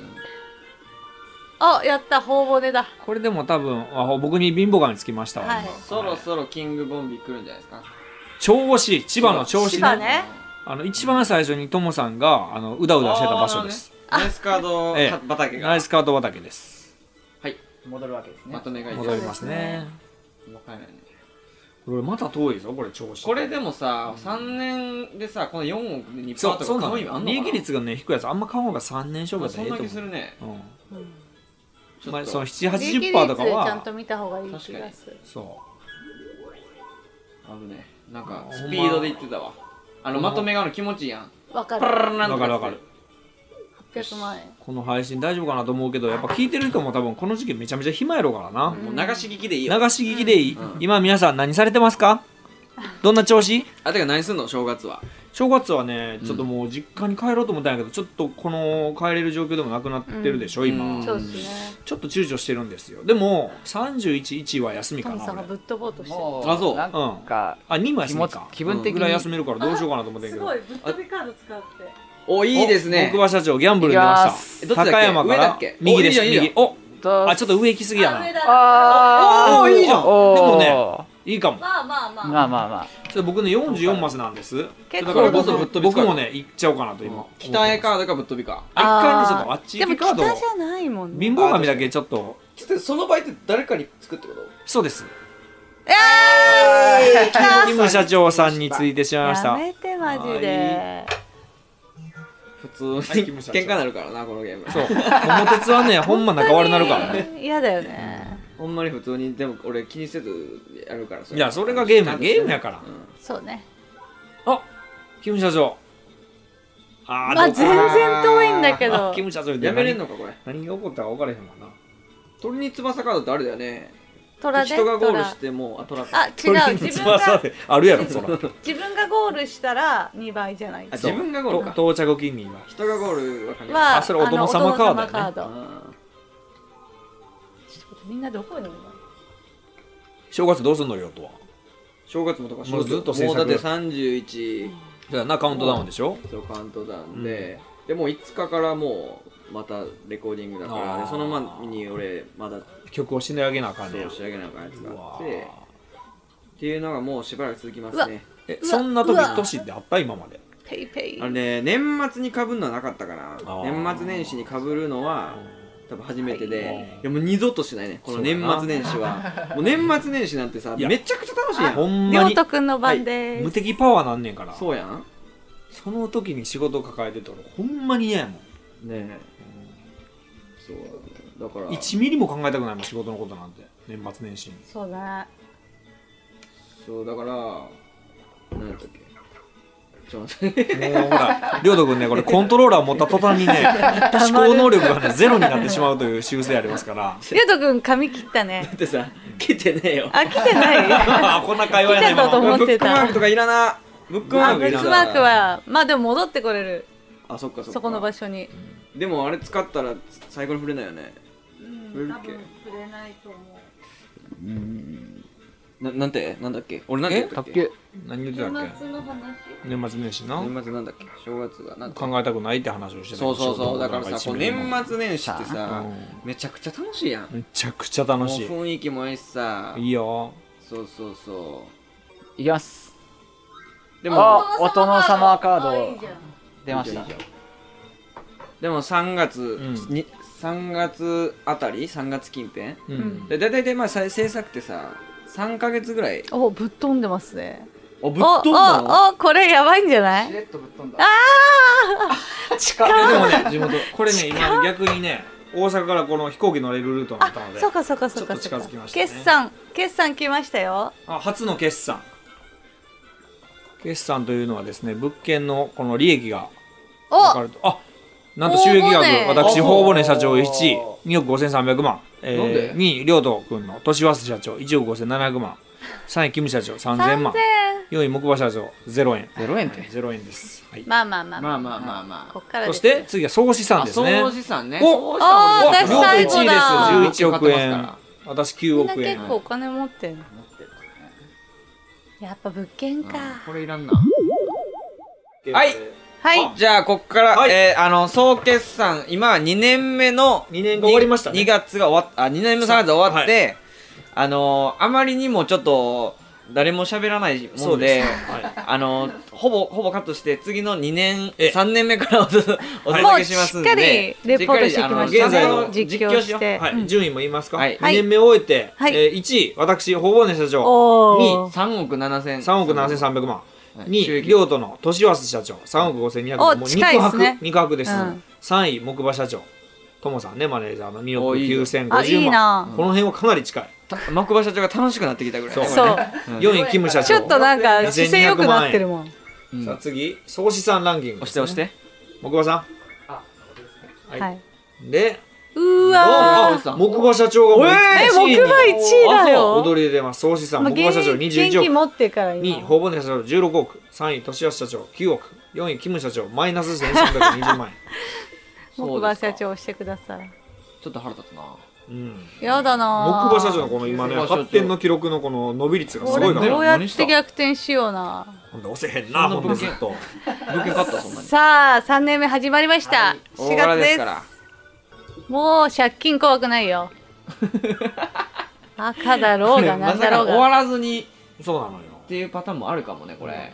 あ、やった、頬骨だ。これでも多分あ僕に貧乏神つきましたわ、はい今そろそろキングボンビー来るんじゃないですか銚子千葉の銚子千ね葉ね。あの一番最初にともさんがあのうだうだしてた場所です、ナイスカードええ畑ナがイスカート畑です戻るわけですねま。とめがいい戻りますねわかんないねこれまた遠いぞこれ銚子これでもさ3年でさこの4億で2%そうとそうかな可能の意味あよんのかな利益率がね低いやつあんま買う方が3年勝負まあそんなだったらええと気思するねう、うんちょっとまあ、その利益780%率とかちゃんはと見た方がいい気がする。そあのねなんかほんまスピードで言ってたわあのまとめがあの気持ちいいやんわかパる。ラララうンとわかるわかやるつ800万円。この配信大丈夫かなと思うけどやっぱ聞いてる人も多分この時期めちゃめちゃ暇やろうからな、もう流し聞きでいいよ流し聞きでいい、うん今皆さん何されてま すかどんな調子あてか何すんの正月は正月はねちょっともう実家に帰ろうと思ったんやけどちょっとこの帰れる状況でもなくなってるでしょ、今、うんそうですね。ちょっと躊躇してるんですよでも311は休みトかムなさんが俺ぶっ飛ぼうとしてる。もあそうなんか、あ2も休気み持ちか、気分的ぐらい休に。めるからどうしようかなと思ってんけどい、ぶっ飛びカード使って。おいいですね大久保社長ギャンブルに出いきまましすたどっちだっけ高山か上だっらけ右ですおいいじゃんいい右じおあちょっと。と上行きすぎやなあおーいいじゃんおーでもねいいかもまあまあまあ。まあまあまあ。ちょっと僕ね44マスなんです結構だからこれこそ僕ぶっ飛び使僕うもね行っちゃおうかなと今北へ思ってカードかぶっ飛びかますあ一回ねちょっとあっちで行もきカードを北じゃないもんね。貧乏神だけちょっとその場合って誰かにつくってことそうですえー、キム社長さんについてしまいましたやめてマジで。普通はいにキム社長喧嘩になるからなこのゲームそう桃鉄はねほんま仲悪なるからねね。嫌だよね。ほんまに普通にでも俺気にせずやるからそいやそれがゲームやゲームやからうんそうね。キム社長あまあどうか全然遠いんだけどあキ。ム社長やめれんのかこれ何何が起こったか分からへんもんな鳥に翼カードってあれだよね虎で人がゴール虎してもあトラあ 違う鳥の自分翼がであるやろそら自分がゴールしたら2倍じゃないあ自分がゴールか到着金には人がゴールは関係ないはあそれお殿様カードだねお殿様カードあちょっとみんなどこにいるの正月どうすんのよとはー正月もとかもうずっと制もう作だって31じゃあなカウントダウンでしょそうカウントダウンで、でもう5日からもうまたレコーディングだからあーでその前に俺まだ曲を死んであげなあかんねそうや仕上げなんかやつうがあわってっていうのがもうしばらく続きますねえうわそんな時うわ年ってあった今までペイペイあれね年末にかぶるのはなかったかなあー年末年始にかぶるのは多分初めてで、はいい、やもう二度としないねこのそうだ年な末年始 はもう年末年始なんてさいやめちゃくちゃ楽しいやんほんまりょうにとくんの番で無す、敵パワーなんねんからそうやんその時に仕事抱えてたらほんまに嫌やもんねえそうだから1ミリも考えたくないもん仕事のことなんて年末 年始にそうだねそうだから何やったっけちょっと待ってもうほら亮斗君ね これコントローラー持った途端にね思考能力がねゼロになってしまうという習性ありますから りょうとくん髪切ったねだってさ来てねえよあ来てないああこんな会話やね来てたと今の思ってブックマたークとかいらなブックマあークいベらなックマークはまあでも戻ってこれるあそっかそっかそこの場所にでもあれ使ったら最後に触れないよねうん多分触れないと思うななんてなんだっけ俺なんて言ったっけ卓球何言ってたっの話け年末年始な年末なんだっけ正月がなんか考えたくないって話をしてたけそどうそう仕事そのうこだとなかんらさ一こうミリも年末年始ってさうめちゃくちゃ楽しいやんもめちゃくちゃ楽うしい雰囲気もええしさいいよそうそうそいきますうでもあお殿様カード出ましいいたじゃんいいじゃんでも3月、うんに3月あたり3月近辺うんで大体でまあさ制作ってさ3か月ぐらいおぶっ飛んでますねおぶっお飛んだのおおこれやばいんじゃなしいれっとぶっ飛んだいやでもね地元これね今逆にね大阪からこの飛行機乗れるルートになったのでそうかそうかそうかちょっと近づきましたね決算決算来ましたよあ初の決算決算というのはですね物件のこの利益が分かおるとあなんと収益額大骨私あ方々ね社長1位2億5300万、えなんで2位亮斗君の年早社長1億5700万3位キム社長3000万4位木馬社長0円0円って0円です、はいまあまあまあまあまあまあまこっからそでしすよて次は総資産あ。です総ね資産ね。お総資産おー俺私最後だ亮斗1位です11億買ってます円か私9みんな億円結構お金持ってんのやっぱ物件かうんこれいらんな。はいはいじゃあこっから、はいえーあの総決算今2年目の2年が終わりましたね2月が終わっあ2年目の3月が終わって、はあのーあまりにもちょっと誰も喋らないそもうんで、ですはいあのーほぼほぼカットして次の2年え3年目からお 届けお届けしますんでもうしっかりレポートしてきまししたっかりあの現在の実実況況ししててはいうん順位も言いますか、はい2年目終えて、はいえー1位私ほぼね社長おお3億7000 3億7300万はい収2位益亮斗の年忘社長3億5200お万もう近い肉です薄、ね肉薄です、うん3位木馬社長ともさんねマネージャーの2お億いいね9050万あいいなこの辺はかなり近い、たマクバ社長が楽しくなってきたぐらいそうそう4位キム社長ちょっとなんか姿勢良くなってるもんうんさあ押次総資産ランキング、して押して木馬さあはいはいうんでーあわあーさん木馬社長がもうえーえ1位に木馬1位だよ踊り出ます総資産まあ木馬社長現現21金億持ってから2位、今ほぼね社長16億、3位、年安社長9億、4位、キム社長マイナス1320万 木馬社長してくださいちょっと腹立つな円。うん、やだ木なー馬社長のこの今ね、木馬社長発展の記録のこの伸び率がすこごいれから、どね、うやって逆転しようなほんで押せへんな、ほんでずっと。物件買ったそんなにさあ3年目始まりました、4大柄月でですすからもう借金怖くないよ赤だろう がまなんださろかう終がわらずにそうなのよ。っていうパターンもあるかもねこれ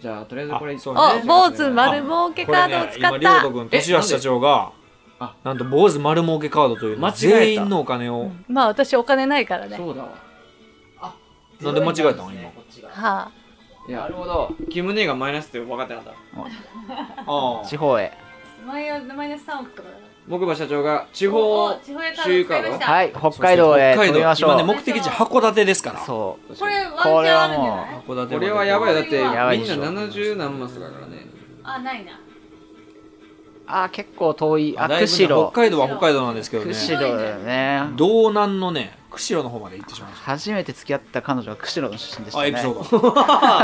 じゃあとりあえずこれあそうねお坊主ま丸儲けこカれードをね、使今、っりょうた、と君、年安社長があ、なんと坊主丸儲けカードというの間を違えた全員のお金を、まあ私お金ないからねそうだわなんで間違えたの今こっちがはいやなるほどキム姉がマイナスって分かってなかったあ地方へあマイナス3億とか木馬社長が地方地方へ収益カードはい北海道へ飛びましょ今ね、う目的地函館ですから。そうこれワンチこれャンあはるんじゃないも函館これはやばいよだっやばていみでんしょな70何マスだからねあないなああ、結構遠い。あ、だいぶね釧路北。海道は北海道なんですけどね釧路だよね。道南のね釧路の方まで行ってしまいまし初めて付き合った彼女は釧路の出身でしたたあね。エピソード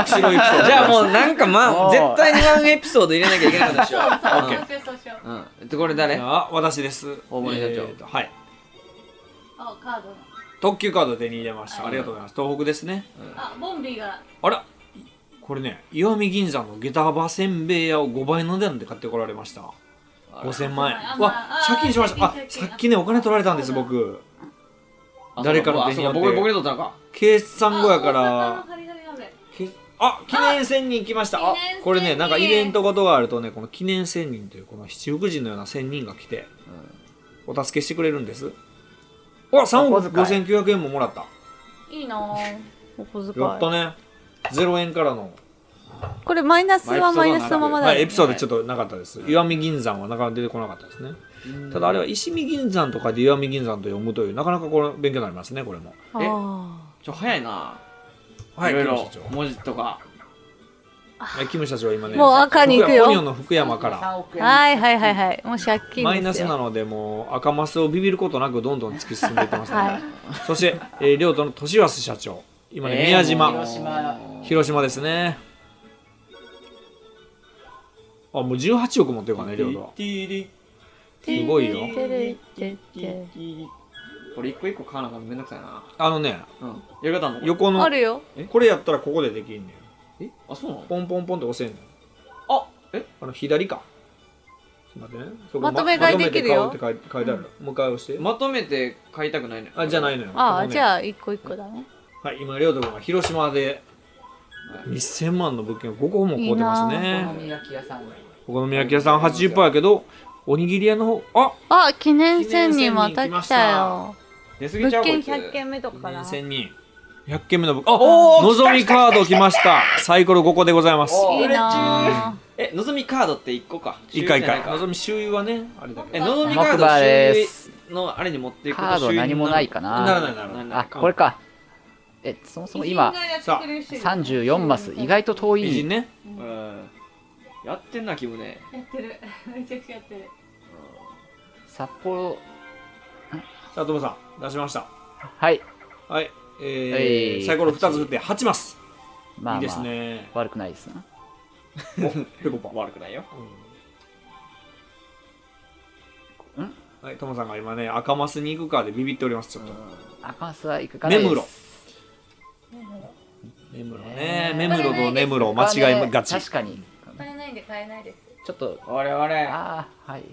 釧路エピソード じゃあもうなんかま おあー絶対にワンエピソード入れなきゃいけなかったでしょ OK そうしようそうしよううんうんでこれ誰あ私です大森社長えーとはいあカードの特急カード手に入れましたありがとうございます東北ですねあボンビーがあらこれね石見銀山の下駄場せんべい屋を5倍の値段で買ってこられました5000万円あまあわあ借金しましたあ借金さっきねお金取られたんですそうだ僕誰かの手によって僕僕で取ったのか計算後やかあ大阪のらハリハリ鍋けあ記念仙人来ましたあ記念仙人これねなんかイベントごとがあるとねこの記念仙人というこの七福神のような仙人が来て、お助けしてくれるんですあ3お億小遣い5900円ももらったいいなぁお小やっ遣たいね0円からのこれマイナスはマイナスのままだはよい、ねエピソードちょっとなかったです。石見銀山はなかなか出てこなかったですね。ただあれは石見銀山とかで石見銀山と読むという、なかなかこれ勉強になりますね、これも。えあちょ早いなはい、ろい木ろ村社文字とか長。はい、キム社長は今ね、ーもう赤に行く福山オニオンよの福山から、 3億円はいはいはいはいもう借金ですよマイナスなので、もう赤マスをビビることなくどんどん突き進んでいってますね。はいそして、えー、両党の年安社長。今ね、えー宮島、もう広島広島ですね。あ、もう18億持ってるからね、両党。すごいよ。てれててこれ一個一個買わなあかんのめんどくさいなあのね、うんやり方あんの横のあ、るよこれやったらここでできんねん。えあそうなのポンポンポンって押せんのあえあの左かちょっと待ってねそこまとめ買いできるよまとめて買うって書い書いてある、もう一回押して、まとめて買いたくないねあじゃないののよああじあゃあ一個一個だねはい今亮太君は広島で1000万の物件を5個も買うてますいお好ねみ焼き屋さんがお好み焼き屋さん80%やけどおにぎり屋の方ああ記念仙人また記念仙人来ま来したよ出過ぎ物ちゃう件こいつ100件目とかかな1000人100件目の物あのぞみカード来ましたサイコロ5個でございますおいいなえのぞみカードって一個か1収回1入じゃない回かのぞみ周遊はねあれだけえどのぞみカー木馬ドで収す入のあれに持っていくとカード収入何もないかなならないならないあ、これか。え、そもそも今、さ34マス、意外と遠偉人い。ねうんやってんなキムねやってるめちゃくちゃやってる札幌、さあトムさん出しましたはい。はい、えーえいサイコロ2つ振って8ちます、まあいいですまあ、ね悪くないですな。ぺこぱ悪くないようんはいトモさんが今ね赤マスに行くかでビビっておりますちょっと赤マスはいくかないです。根室根室ね根室と根室をお間金違いがち確かに。お金ないんで買えないですちょっと、俺俺ああ、はい。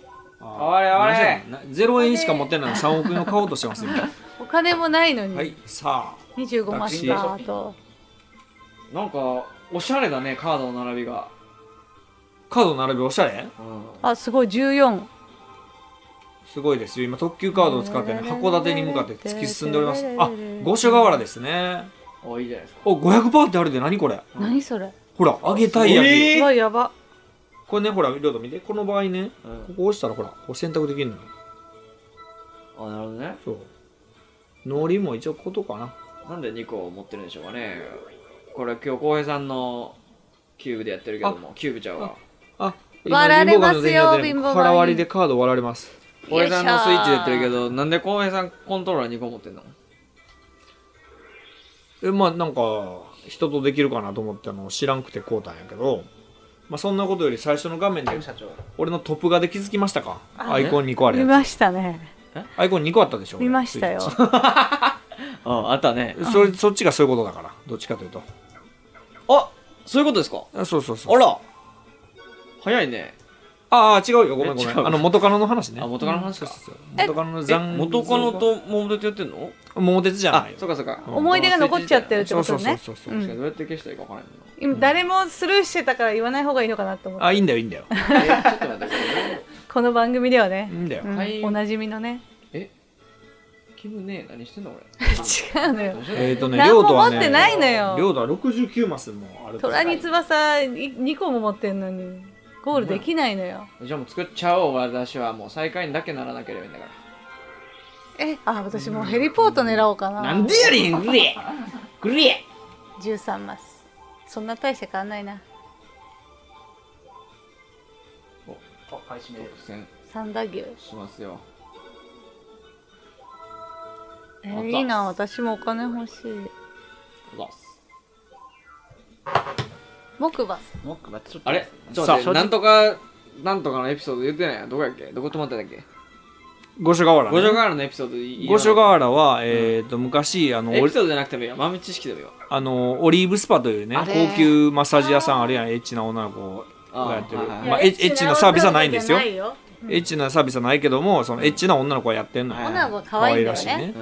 おいおい何してんのな0円しか持ってないのに3億円を買おうとしてます今お金もないのはにいさあ25マスかあとなんかおしゃれだねカードの並びがカードの並びおしゃれあすごい14すごいですよ今特急カードを使ってね函館に向かって突き進んでおりますあ五所川原ですねおいいじゃないですかお500%ってあるで何これ何それほら揚げたい焼き、えうわやばこれねほら亮太見てこの場合ねうんここ押したらほらこう選択できるのよあなるほどねそう農林も一応こことかななんで2個持ってるんでしょうかねこれ今日浩平さんのキューブでやってるけどもキューブちゃうわあ割られますよ貧貧乏乏神神腹割りでカード割られます浩平さんのスイッチでやってるけよどなんで浩平さんコントローラー2個持ってんのえまあなんか人とできるかなと思ったのを知らんくてこうたんやけどまあそんなことより最初の画面で社長俺のトップ画で気づきましたかねアイコン2個あいしょ見るやましたねつアイコン2個あったでしょ見ましたよああったねそれそっちがそういうことだからどっちかというとあそういうことですかあそうそうそうあら早いねああ違うよごめんごめえ違うんあの元カノの話ねあ元カノの話そうかそうそう元カノのえ残元カノとモードでやってんの桃鉄じゃあないよそうかそうかうん思い出が残っちゃってるってそうこそとうそうねそうそううん確かにどうやって消したらいいか分からない今誰もスルーしてたから言わない方がいいのかなと思ってあいいんだよいいんだよえちょっと待ってこの番組ではねいい、んだようんはいおなじみのねキムね何してんの俺違うのよえっ、ー、とね、何亮もとはね、持ってないのよ亮太は69マスもあると。虎に翼2個も持ってんのにゴールできないのよじゃあもう作っちゃおう私はもう最下位にだけならなければいいんだからえあ私もうヘリポート狙おうかななんでやねんグレグレ13マスそんな大して変わんないなあ買い占める苦戦三田牛。しますよえあったー、いいな、私もお金欲しい。どうす木馬。もう一個はちょっとあれちょっとさあ待ってなんとかなんとかのエピソード言ってないやんどこやっけどこ泊まってたっけ五所川原、五ね条。河原のエピソードいい五所川原は、えっ、と、昔、あの、エオピリソードじゃなくてもいいよ豆知識でもいいよあのオリーブスパというね、あれ高級マッサージ屋さんあるやん、エッチな女の子がやってる。あーはいはいまあ、エッエッチなサービスはないんですよ。ないよ。エッチなサービスはないけども、そのエッチな女の子はやってんのよ。はい女の子は可愛いんだよ可愛いらしいねね。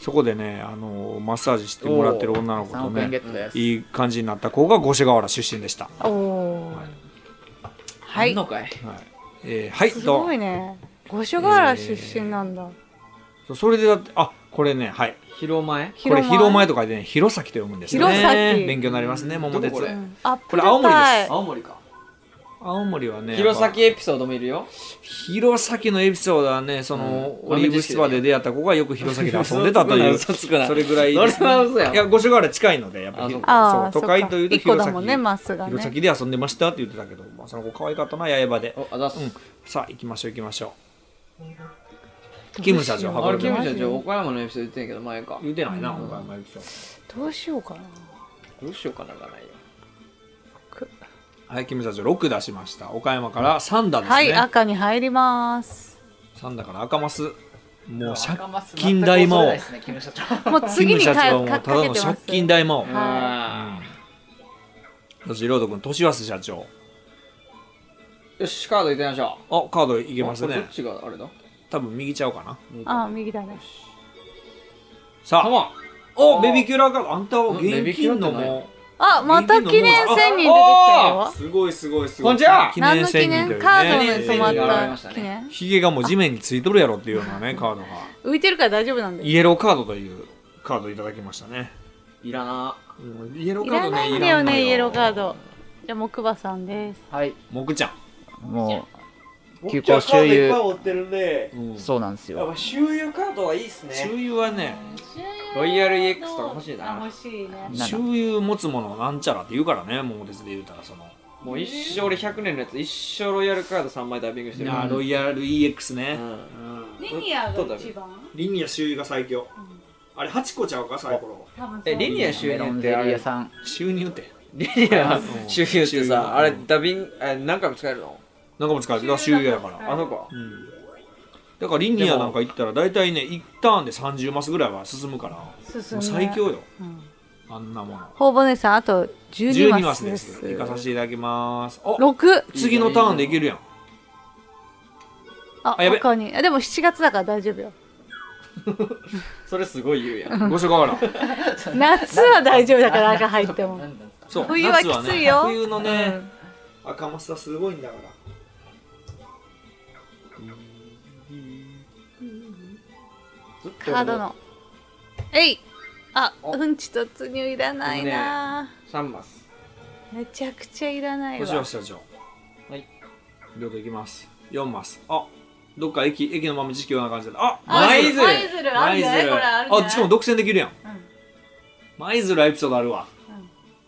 そこでね、あのマッサージしてもらってる女の子3と億円ゲね、ットです、いい感じになった子が五所川原出身でした。おおー。はい。のかいえーはい、すとごいね。五所川原出身なんだ。そうそれでだって、あこれね、はい、広前これ、広前と。とかでね、弘前と読むんですよ弘ね。前勉強になりますね、桃ど鉄こ。これうんアップこれ青森ですルパイ青森か青森はね、弘やっぱ前エピソードもいるよ弘前のエピソードはねその、うんオリーブスパで出会った子がよく弘前で遊んでたという嘘つくなそれぐらいそれは嘘やんいや五所川原近いのでやっぱありそうああ、そう都会というとそっか一個弘だ前もんね、マスが弘前ね。で遊んでましたって言ってたけど、まあ、その子可愛かったな八重歯で、おあざっす、うん、さあ行きましょう行きましょうキム社長あれ運キびムまちしゃんちょ岡山のエピソード言ってんけど前か言うてないな今回のエピソーどうしようかな。どうしようかながないよドはいキム社長6出しました岡山から3打ですね、はい、赤に入ります。 3打から赤マスもう借赤マス金大魔王全く恐れないですねキム社長もうキ次ムに社か長はもうかたかだけのてま借す。金大魔王はあそして、ロード君、年安社長。ーよしカードいってみましょうあ、カードいいけますどっね。ちがあれだ多分右ちゃうかな。い。ああ、右だね。さカあ、モンおベビーキュラーカード。あんたは現うん金のベビーキュラーってなもあ、また記念千人出てきたう。よ。すごいすごいすごいこんにちは記何念の千記人とい念うカードにね。染まえーえーった記念ひげがもう地面についとるやろっていうようなね、カードが。浮いてるから大丈夫なんで。イエローカードというカードいただきましたね。いらなうんイエローいカーらドなね、いんだよいらのね、イエローカード。じゃあ、木馬さんです。はいもぐちゃん。もう休校周遊持ってるねそうなんですよぱ周遊カードはいいっす周遊はね、ロイヤル EX とか欲しいなあ欲しいね。なんだ周遊持つものなんちゃらって言うからね、桃鉄で言うたら、その。もう一生俺100年のやつ一生ロイヤルカード3枚ダイビングしてるあーロイヤル EX ね。うんうんリニアが一番リニア周遊が最強、あれ8個ちゃうかサイコロ多分そうえリニア収メロ入ンっゼてあリーれ屋さん収入ってリニア収入って収入さあれダビンえ何回も使えるのなんかも使うけど周遊やから、あそこうん、だからリニアなんか行ったら大体ね1ターンで30マスぐらいは進むから進もうむね最強ようんあんなものほうぼねさん、あと12 12ママススでですす。行かさせていただきますお6。次のターンでいけるやんあ、あやべ赤に。あでも7月だから大丈夫よ。それすごい言うやん五所川原夏は大丈夫だから赤入っても。何なんですかそう冬は夏ねきついよ冬のね、赤マスはすごいんだからカードの。えいあ、うんち突入いらないな、 3マスめちゃくちゃいらない星橋わ。社長はい両方いきます4マスあどっか駅駅のまま時期ような感じだああ舞鶴舞鶴あるんじゃないこれあるんじゃないあしかも独占できるやんん舞鶴エピソードあるわ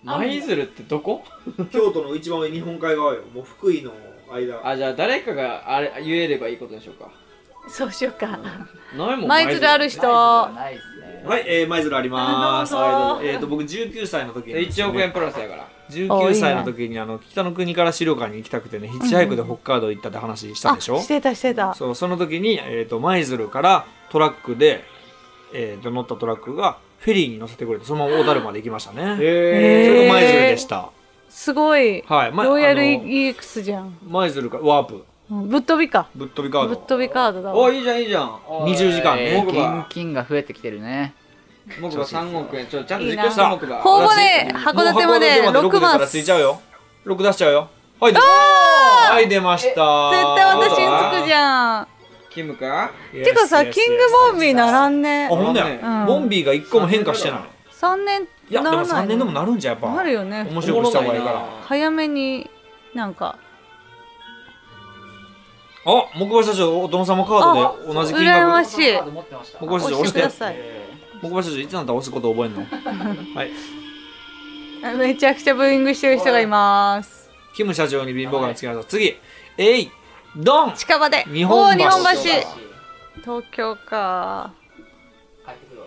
舞鶴ってどこ京都の一番上日本海側よもう福井の間あじゃあ誰かがあれ言えればいいことでしょうかそうしようか。ないもん 舞鶴ある人。はあないですねはい、えー、舞鶴ありますあどうぞえっと僕19歳の時にですね、 1億円プラスやから19歳の時にあの北の国から資料館に行きたくてねヒッチハイクで北海道行ったって話したでしょ、してたしてた。そうその時に、えー、と舞鶴からトラックで、えー、と乗ったトラックがフェリーに乗せてくれてそのまま大樽まで行きましたねそれが舞鶴でしたすごい。はい、ま、ロイヤルあの EX じゃん。舞鶴からワープうんぶっ飛びか。ぶっ飛びカーぶっド飛びカードだおわ。いいじゃんいいじゃん20時間ね僕現は金が増えてきてるね僕は3億円ちょちゃんといい実な況した僕がほぼね、もう函館まで函6館マからス。つい絶ちゃ対うよ6出しちゃうよはい出はい出ました絶私につくじゃん。キムかてかさ、キングボンビー並んねあ。ほんだよ、うんボンビーが1個も変化してない3年いやでなもらな3い年でもなるんじゃやっぱなるよね。面白くした方がいいから早めになんかあ木馬社長お殿様カードで同じ金羨ま額しそのカいー。ド持ってました木馬押社長押してしくだてさい。え木馬社長いつになったら押すこと覚えんのはいめちゃくちゃブーイングしてる人がいます。キム社長に貧乏がつきました次えいドン近場で日本橋おー日本東橋東京か帰ってくるわ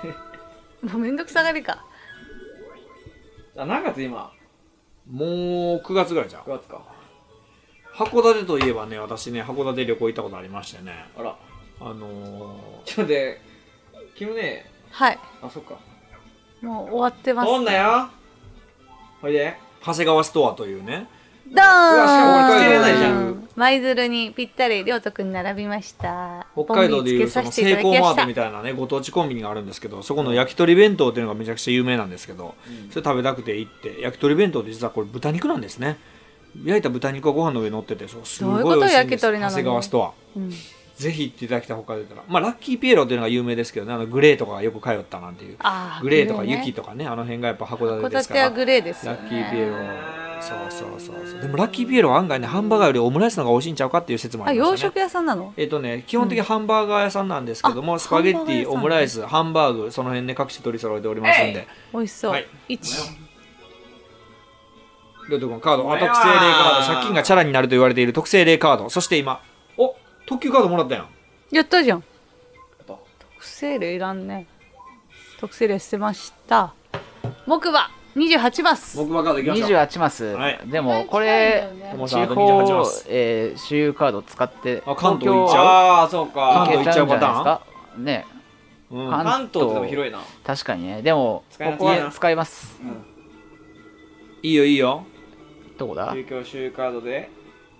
けですねもうめんどくさがりかあ何月今もう9月ぐらいじゃん9月か函館といえばね私ね函館旅行行ったことありましてねあらあのちょっとで君ねはいあそっかもう終わってます通んなよほいでー長谷川ストアというねドーンわしかも俺帰れないじゃん舞鶴にぴったりりょうとくん並びました北海道でいうそのセイコーマートみたいたいなねご当地コンビニがあるんですけどそこの焼き鳥弁当っていうのがめちゃくちゃ有名なんですけど、それ食べたくて行って焼き鳥弁当って実はこれ豚肉なんですね焼いた豚肉がご飯の上に乗っててそうすごい美味しいんですどういうこと焼き鳥なのに長谷川ストアうんぜひ行っていただきたい北海道からまあラッキーピエロっていうのが有名ですけどねあのグレーとかがよく通ったなんていうあーグレーとかね雪とかねあの辺がやっぱ函こ館たですかてはらグレーですよラッねキーピエロそうそうそうそうでもラッキーピエロは案外ねハンバーガーよりオムライスの方が美味しいんちゃうかっていう説もあありま洋したね食屋さんなのえっとね、基本的にハンバーガー屋さんなんですけども、あスパゲッハンテバーガー屋ィ、さんオムライス、ハンバーグ、その辺ね、各種取り揃えておりますんで、美味しそう、はい一りょうとくんカード、あ、特製霊カード、借金がチャラになると言われている特製霊カード、そして今、お特急カードもらったやん。やったじゃん特製例いらんね特製例捨てました木馬28マス木馬カードいきましょう。 28マス、はいでもこれとも地さん、あと28方マス、。えー、周遊カード使ってあ関東行っちゃうああそうか東京行けちゃうんじゃないです関かねうん関関東ってでも広いな確かにねでも使えこなこそうやなは使いますいいよ、いいよ。どこだ中京州カードで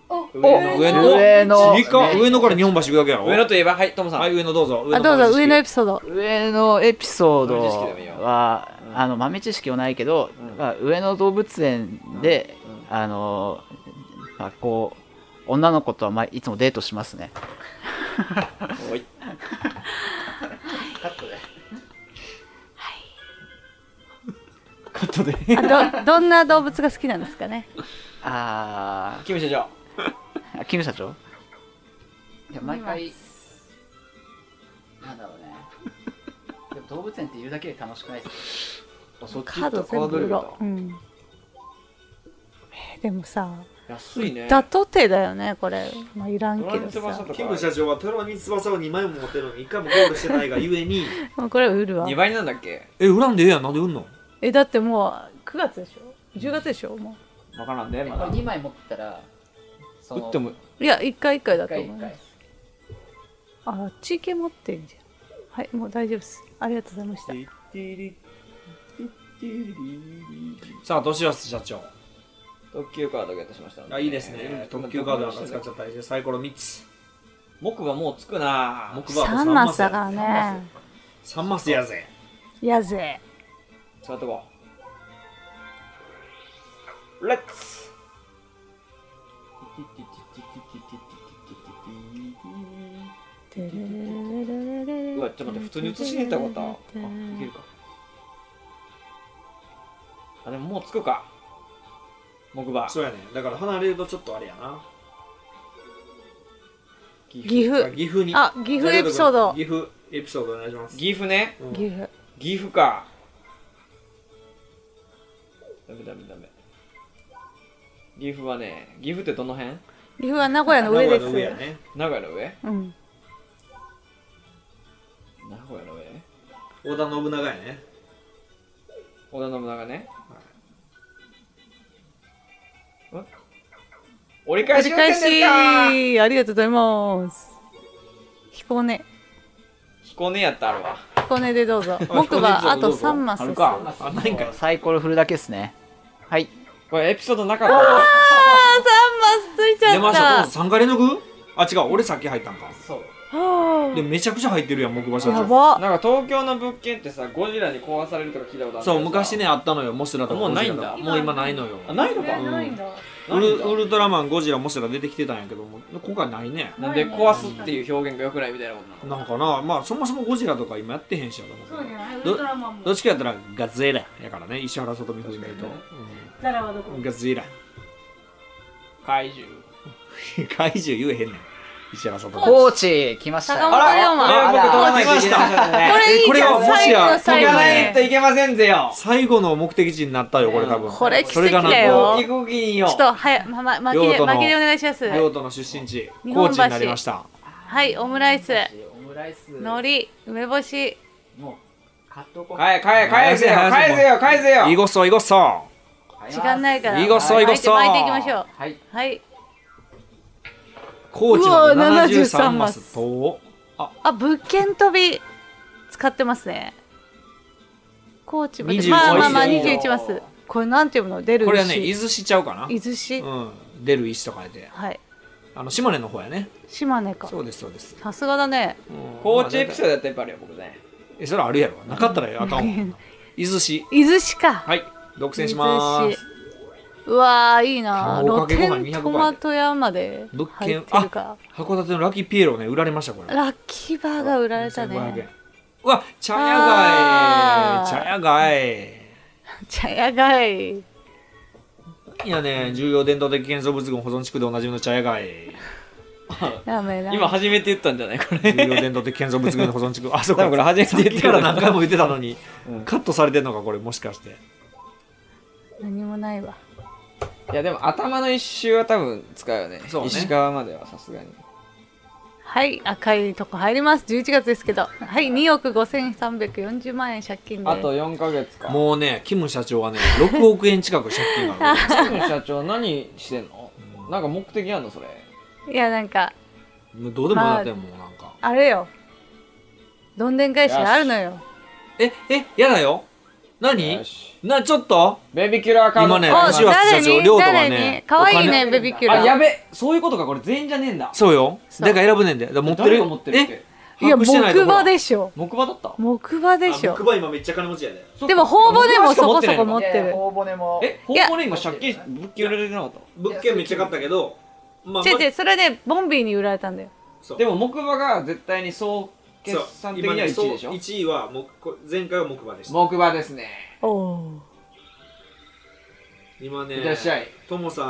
お上野上お上野野ちびか上野から日本橋行くだけやろ。上野といえばはいトモさんはい、上野どうぞ。あどうぞ上のエピピソード上のエピソード豆知識でもいいよは、あの豆知識はないけど、うんまあ上野動物園で、あのまあこう女の子とはまあいつもデートしますねおいカットであ どどんな動物が好きなんですかねあキム社長ーキム社長いや毎回なんだろ うねでも動物園っているだけで楽しくないですかそっちカー行ドったカ全ー部ド売ルろう、うん、えーでもさ安いねだとてだよねこれ、まあ、いらんけど翼さとか長は虎に翼を2枚も持ってるのに1回もゴールしてないがゆえにもうこれは売るわ2倍なんだっけえ恨んでええやんなんで売んのえだってもう9月でしょ10月でしょもわからんでまだ2枚持ったらそ打ってもういや1回1回だ一と回思一う回あっち系持ってんじゃんはいもう大丈夫ですありがとうございましたさあ、年安社長。特急カードゲットしましたのあいいですね。特急カードなんか使っちゃったりして、サイコロ3つ。木馬もうつくな木馬は3マスだからね3マスやぜ。やぜ座っとこうレッツううわちょっと待って普通に映しに行ったことあいけるかあでももうつくか木馬そうやね。だから離れるとちょっとあれやな。岐あ阜岐阜に。あ岐阜エピソード岐阜エピソードお願いします。岐阜ねうん岐阜岐阜かダメダメダメ岐阜はね岐阜ってどの辺岐阜は名古屋の上名で古屋すの上やね。名古屋の上うん名古屋の上織田信長やね。織田信長ね、ん折り返繰しり運転で返すかしありがとうございます彦根彦根やったあるわ彦根でどうぞ根木馬あどうとぞ3マスですかあ、ないんかい。サイコロ振るだけですねはいこれエピソードなかったわあ3マスついちゃった出ました。どうぞ3回連続あ、違う。俺先入ったんか。そうはで、めちゃくちゃ入ってるやん、木馬社あや長。ばなんか東京の物件ってさゴジラに壊されるとか聞いたことあるけどさそう、昔ね、あったのよ。モスラとかもうゴジなラいんだとかもう今ないのよ。あないのか、うんないんだウルウルトラマン、ゴジラ、モスラ出てきてたんやけども、今回ないね。なんで壊すっていう表現が良くないみたいなことなのなんかな、まあそもそもゴジラとか今やってへんしやろ。そうじゃないウルトラマンどもっちかやったらガゼーラやからね、石原さとみ風に言うと。ザラはどこうんガゼーラ。怪獣怪獣言えへんねん。石原さと高知来ました坂よ本龍馬あら僕取らないといけない人だねこれいいこれじゃはんもし最行や後の最か後ないとねいけませんぜよ最後の目的地になったよこれ多分これ奇それが跡なんだとよ行く気にちよょっと早まま巻き用で途の巻きでお願いします京都の出身地高日本知橋になりましたはいオムライスオムライス海苔梅干しもう買っとこう帰帰帰せよ早帰いせよ帰せよいごっそいごっそ時間ないからいいごっそ巻いいごってそ巻いていきましょうはいはい高知までうわ73 73ママススとあ物件飛び使ってますね高知まで21まあまあまあマス21マスこれなんていうの出るこしれはね伊豆しちゃうかな伊豆市うん出る石とかではいあの島根の方やね島根かそうですそうですさすがだねうん高知エピソーまあドやったらやっぱあるよ僕ねえそれあるやろなかったらあかんもんな伊豆市伊豆市かはい独占しますうわーいいな卵か露けご飯天200トマト屋まで物入件ってるか函館のラッキーピエロね売られましたこれラッキーバーが売られた1500円ねうわ茶屋あ街ー茶屋街茶屋街いやね重要伝統的建造物群保存地区でおなじみの茶屋街ダメだ今初めて言ったんじゃないこれ重要伝統的建造物群保存地区あそ う多か分これ初めてさっ言っきたかよら何回も言ってたのに、カットされてんのかこれもしかして何もないわいやでも頭の一周は多分使うよねそうね石川まではさすがにはい赤いとこ入ります11月ですけどはい2億5340万円借金であと4ヶ月かもうねキム社長はね6億円近く借金がある金社長何してんのなんか目的あんのそれいやなんか もうどうでもよかったよもうなんかあれよどんでん返しがあるのよええやだよ何よしなちょっとベビーキュラーカー今ねお私は誰社長に領土は誰ねに可愛いお金ねベビーキュあラやーべそういうことかこれ全員じゃねえんだそうよそうだから選ぶねんでだから持ってる誰が持ってるっけえいや把握してないと木ころ馬でしょ木馬だった木馬でしょ馬今めっちゃ金持ちやででも頬骨もそこそこ持持っってる大骨もえほいやぼね今借金ぶっ切られてなかった物件めっちゃ買ったけどま違う違うそれねボンビーに売られたんだよでも木馬が絶対に総決算的には1位でしょ1位は前回は木馬でし木馬ですねおお今ねいらっしゃいともさん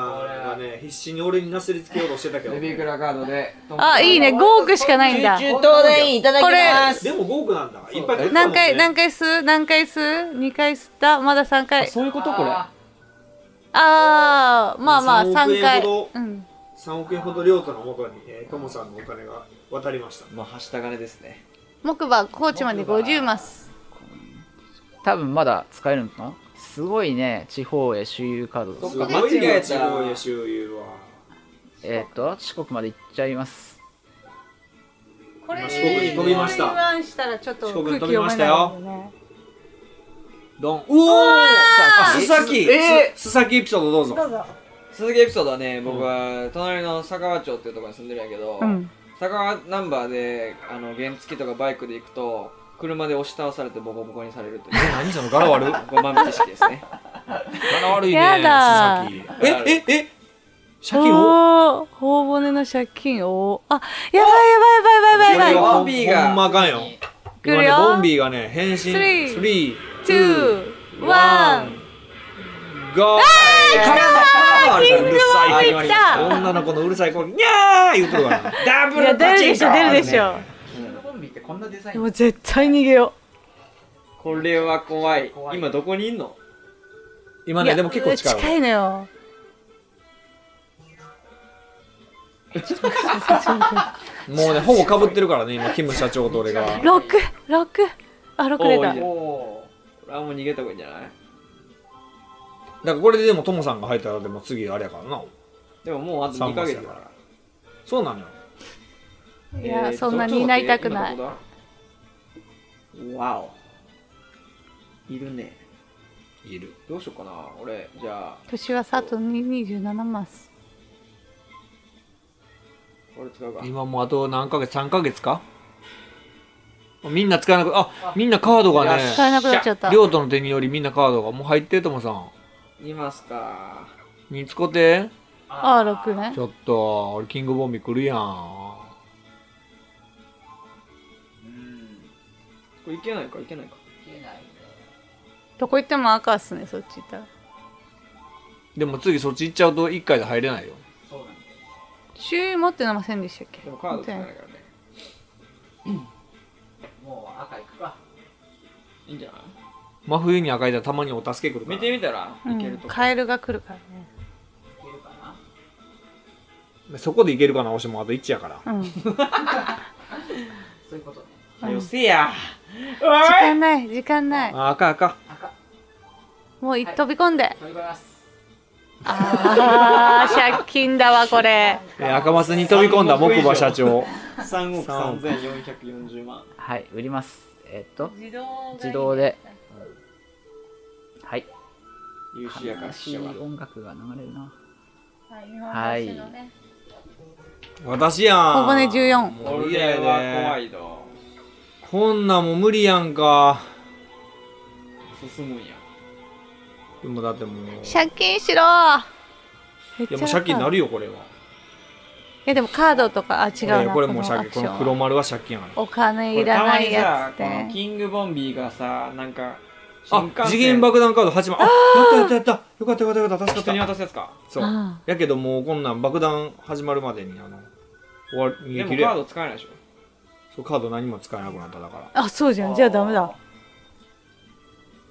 がね必死に俺になすりつけようとしてたけどベビークでラーカードであいいね5億しかないんだ中東電いただきますも5億なんだいっぱい買ったもんね何回何回吸う何回吸う2回吸ったまだ3回そういうことこれあーまあまあ3億円3回ほうん3億円ほど領土の元にえーともさんのお金が渡りましたまあはした金ですね木馬高知まで50マス多分まだ使えるのかなすごいね地方へ周遊カードそっかすごいね間違えた地方へ周遊はえっ、と四国まで行っちゃいますこれ四国に飛びましたこれに乱したらちょっと四国に空気飛び読まめしたないよよねドンうおーあ須崎え須須崎エピソードどうぞどうぞ鈴木エピソードはね僕は隣の佐川町っていうところに住んでるんやけど、うん佐川ナンバーであの原付とかバイクで行くと車で押し倒されてボコボコにされるという 何その柄悪いこれ豆知識ですね柄悪いねやだ須崎えええ借金をおお頬骨の借金をあやばいやばいやばいやばいやばいボンビーがほんまあかんよ来今るねよボンビーがね変身スリー3 2 2ワンゴー あれうるさいい来た女の子のうるさい声にゃー言うとるからな ダブいや出るでしょ出るでしょょコンビってこんなデザイでンも絶対逃げよこれは怖い今どこにいんの今ういねやでも結構近いわ近いのよもうねほぼかぶってるからね今キム社長と俺 が六六あ六出おーいいたじゃんこれはもう逃げた方がいいんじゃないだからこれででもトモさんが入ったらでも次あれやからなでももうあと三2ヶ月や月かだらそうなのよいやそんなになりたくないわおいるねいるどうしようかな俺じゃあ年はさあとに27マスこれ使うか今もうあと何ヶ月3ヶ月かみんな使えなくあみんなカードがね使えなくなっちゃった領土の手によりみんなカードがもう入ってるともさんいますかにつこてあー6ねちょっと俺キングボンビー来るやんこれいけないかいけないかどこ行っても赤っすねそっち行ったらでも次そっち行っちゃうと1回で入れないよ週持ってませんでしたっけでもカード使えないからねもう赤いくかいいんじゃない真冬に赤いだたまにお助け来るから見てみたらういけるんと、カエルが来るからいけるかなそこでいけるかな押しもあと1やからねうん時そういうことねうよせやおい間ない時間ないあ赤赤赤もうい飛び込んで、取り込みますあー借金だわこれえー赤マスに飛び込んだ木馬社長3億三億3440万はい、売ります。えっと、自動がいい自動で。はい。優秀やから悲師しい匠が音楽が流れるな。はい日本橋のね私やん小骨14もこうれ嫌はや怖でいだこんなんもう無理やんか進むんやでもだってもうい借金しろいやもう借金になるるよこれはやでもカードとかあ違うな、えーこれもう借金ここののア黒丸はクション借金やからお金こいれたらまなにいやさつこのでキングボンビーがさなんかあ次元爆弾カード8枚あやったやったやったよかったよかったよかった助人にかった渡すやつかそうあやけどもうこんなん爆弾始まるまでにあの終わり逃でもカげ切れやード使えないでしょそうカード何も使えなくなっただからああそうじゃんじゃあダメだ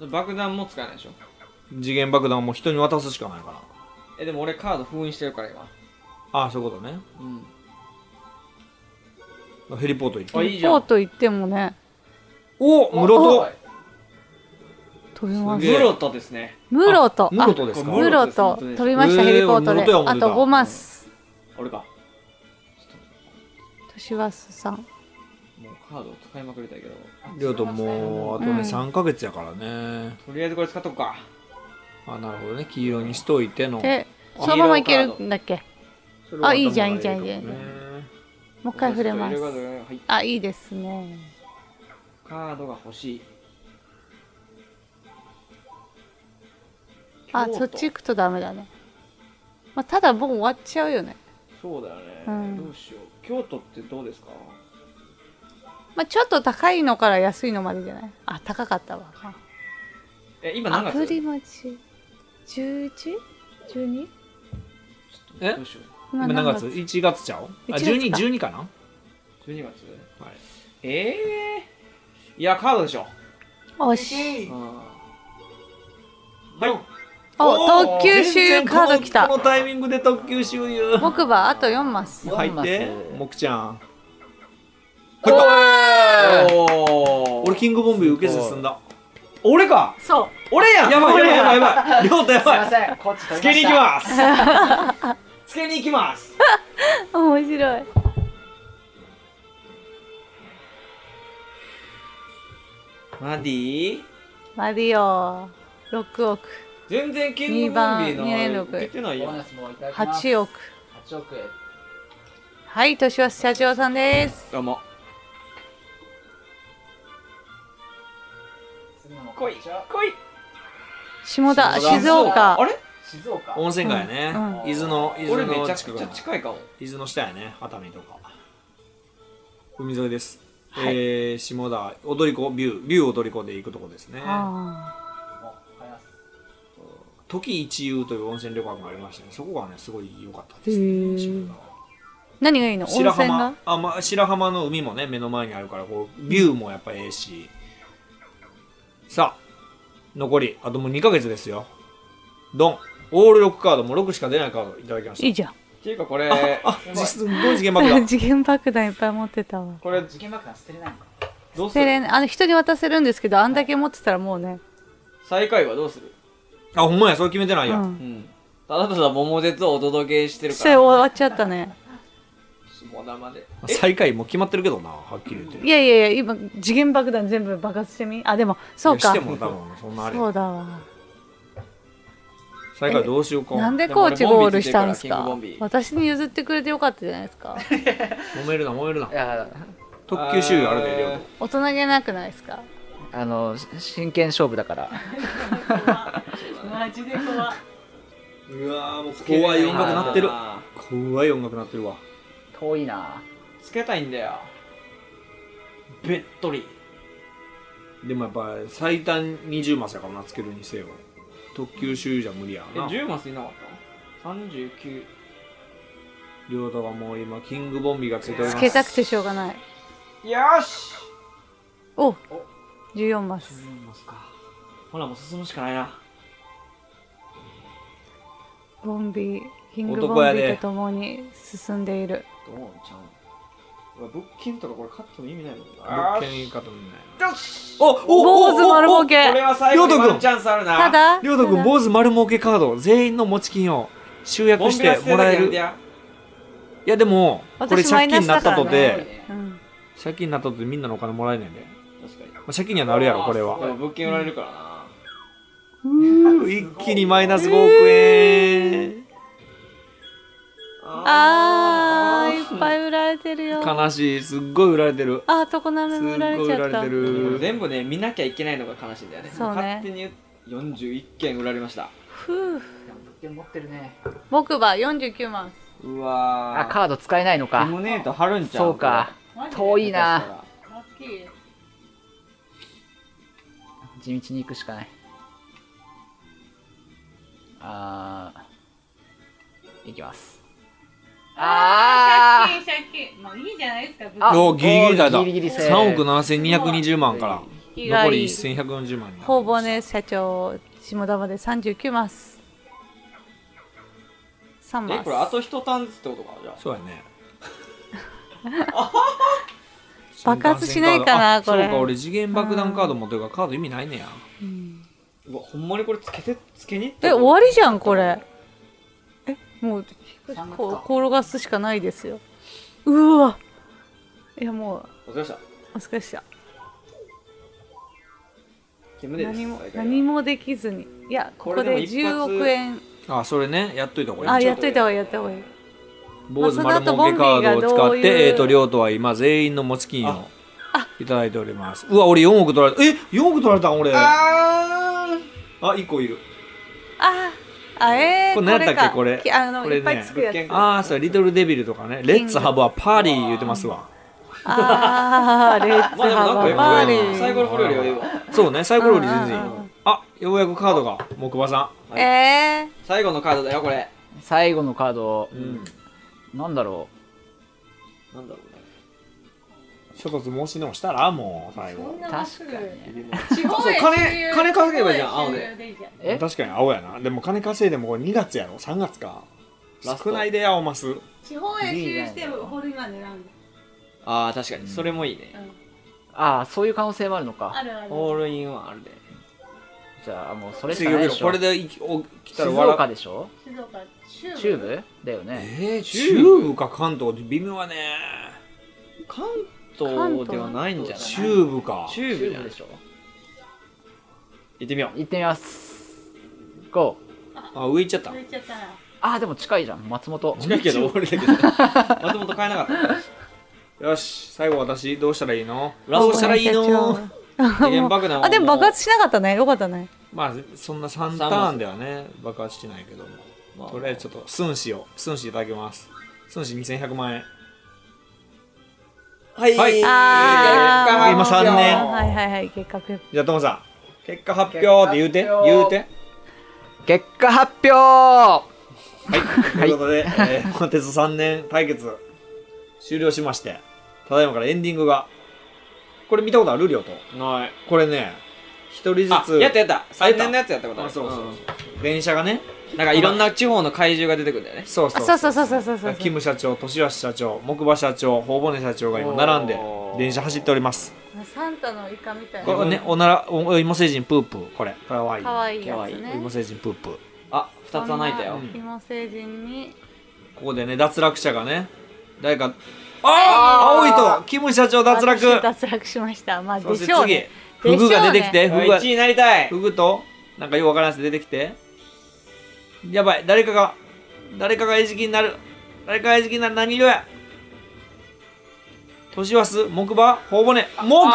爆弾も使えないでしょ次元爆弾も人に渡すしかないからえでも俺カード封印してるから今ああそういうことねうんヘリポート行ってあいいじゃんポート行ってもねお室戸飛びますすげえ室戸ですね室戸室戸ですかあムロと飛びましたえーヘリポートで、室戸や思あてたとゴマス、俺かトシワスさんもうカードを使いまくりたいけどりょうともうあとうねん3ヶ月やからねとりあえずこれ使っとくかあなるほどね黄色にしといてのであそのままいけるんだっけそれは頭あいいじゃんいいじゃんがいいかもねいいもう一回触れますカーあいいですねカードが欲しいあ京都そっち行くとダメだね、まあ、ただもう終わっちゃうよねそうだよね、うんどうしよう京都ってどうですかまあちょっと高いのから安いのまでじゃないあ高かったわえ今何アプ月リ待ち 11?12? えどうしよう今今何月 ?1 月ちゃうあ1月か12 12かな12月はいええー、いやカードでしょおしはいお特急集カード来たこのタイミングで特急集言う木馬あと4マス入って四マスもくちゃんおー俺キングボンビー受けず進んだ俺かそう俺やんやばい俺やばいやんばいやばいりょうとやばいせんこっち取つけに行きまますつけに行きます面白いマディマディオ6億全然キングボンビーの二番二連あれ続受けてないボやーんナスもいただきます8億8億円はい年は社長さんですどうも次の来いこちら来い下下田田静岡あれ静岡温泉街ねうん伊豆の伊俺豆めちのゃくちゃ近く近いかも伊豆の下やね熱海とか海沿いです、えー、下田踊り子ビュービュー踊り子で行くとこですねあもう買います時一遊という温泉旅館がありましたねそこがねすごい良かったーへですねー何がいいの温泉白が浜あ、まあ、白浜の海もね目の前にあるからこうビューもやっぱええしさあ残りあともう2ヶ月ですよドンオール6カードも6しか出ないカードいただきまいしいじゃっていうかこれたあすごい次元爆ん弾 時限爆弾いっぱい持ってたわこれ事件爆弾捨てれないのかどうすセレるンあの人に渡せるんですけどあんだけ持ってたらもうね、最下位はどうするあほんまやそれ決めてなう、いや、うんんただただ桃鉄をお届けしてるそかれら終わっちゃったね下生でえ最下位もう決まってるけどなはっきり言っていやいやいや今時限爆弾全部爆発してみあでもそうかいやしても多分そんなあれそうだわ最下位どうしようかなんででもコーチ俺ゴールしたんですボンビーついてるからキングボンかビー私に譲ってくれてよかったじゃないですか揉めるな揉めるないや、特急周囲あるでりょう大人げなくないですかあの、し真剣勝負だから。マジで怖いとうわーもう怖い音楽なってるあ怖い音楽なってるわ遠いな。ーつけたいんだよべっとりでもやっぱ最短20マスやからなつけるにせよ特急周囲じゃ無理やえな10マスいなかった ?39 りょうたがもう今キングボンビーがついておりつまけすたくてしょうがないよしお14マスほらもう進むしかないなボンビーキングボ男やンビでーとともに進んでいるどうなんちゃううわ物件とかこれ買っても意味ないもんな物件いいかと思うねよしおおおお坊主丸儲これけは最後にりょうたくんワンチャンスあるなただりょうたくん坊主丸儲けカード全員の持ち金を集ボ約ンしビラて捨てもなきらゃえやめるていややでもこれ私マ借イ金ナにスなだっかたらねとてうん借金になったとてみんなのお金もらえないんで、確かにまあ、借金にはなるやろこれはでも物件売られるからなうー一気にマイナス5億円、あーいっぱい売られてるよ悲しいすっごい売られてるあー常滑すっもご売らいれ売ちゃらっれたてでもる全部ね見なきゃいけないのが悲しいんだよねそうね勝手に41件売られましたふう持ってるね木馬49万うわあ、カード使えないのラか。ムネート貼るんちゃそうか。マジで遠いいな。ラッキー地道に行くしかない。あー、行きます。あ借金借金もういいじゃないですかぶっあおギリギリだったギリギリセーフ3億7220万から以外残り1140万になほぼね社長下田まで39マス3マスえこれあと一単ずつってことかじゃあそうやね 爆発しない新幹かな線カードこあれそうか俺次元爆弾カード持ってるからカード意味ないねやうんうわほんまにこれつけてつけに行ったえ終わりじゃんこれえもうこう転がすしかないですようわいやもうお疲れ様でしたお疲れっした手胸です何も大体は何もできずにいやこここれででも一発10億円あそれねやっといた方がいいあちょやっっとといた方がいいやった方がいい坊主まあそ丸の後儲けカードを使ボンっビーがどういて、うえーと、りょうとは今、全員の持ち金をいただいております。うわ、俺4億取られた。え !4 億取られたん俺。あ、あ1個いる。ああえー、これ何やったっけかこれきあのこれねいっぱいつくやつあー、そう、リトルデビルとかね。レッツハブはパーリー言うてますわ。あーレッツーまあでもなんハかバよくバなーリいーなサイコロ振るよりはいいわそうね、サイコロより全う然んいうい。あ、ようやくカードが、木馬さはいえ最後のカードだよこれー、最後のカードん。う、ん。なんだろなんだろうね諸突申しでもしたら、もう、最そん後。なう。まっ確すぐかにね。地方へそう金周遊金稼げばいいじゃん地方へ青で周遊いいじゃんえ確かに青やな。でも金稼いでもこれ2月やろ ?3 月か。ラスト少ないでや、おます。地方へ周遊してホールインワン狙うんだああ確かにそれもいいねあー、そういう可能性もあるのあか。るあるオールインワンあるでじゃあ、もうそれし次かないでしょこれ。でいきお来た静ら笑う岡でしょ静岡中部だよね。えー、中中部部か関東って微妙やね関東ではないんじゃない中部か中部中じゃ部ないでしょ行ってみよ う行ってみます。GO! あ上行っちゃった抜いちゃったらあー、でも近いじゃん。松本。近いけど俺だけど松本買えなか ったよし最後私どうしたらいいのラストしたらいい大谷の社長次元爆弾あでも爆発しなかったねよかったねまあそんな3ターンではね爆発してないけども、まあとりあえずちょっと寸志を寸志いただきます寸志2100万円はいはいあー今三あ年ーはいはいはい結果結じゃあトモさん結果発表って言うて言うて結果発表はいということで、えー、モテス3年対決終了しましてただいまからエンディングがこれ見たことある量とないこれね一人ずあつやったやった3年のやつやったことああるそうそうそう、ん電車がねなんかいろんな地方の怪獣が出てくるんだよねそう果そうそうそうそうそうそうそうキム社長、年シ社長、木馬社長、頬骨社長が今並んでおー電車走っております。サンタのイカみたいこなれね、おなら、おお芋星人プープー、これ、かわいい。可愛いや可つ愛いねお芋星人プープー。あ二つ穴開いたよひも星人にここでね、脱落者がね、誰か、あー青いと、キム社長脱落。私脱落しましたまあそでしてしょう次ね、フグが出てきて、うわフグ1が位になりたいフグと、なんかよくわからんやつ出てきて、やばい、誰かが、誰かが餌食になる、誰かが餌食になる、何色や年はす、木馬、頬骨、木馬違う、年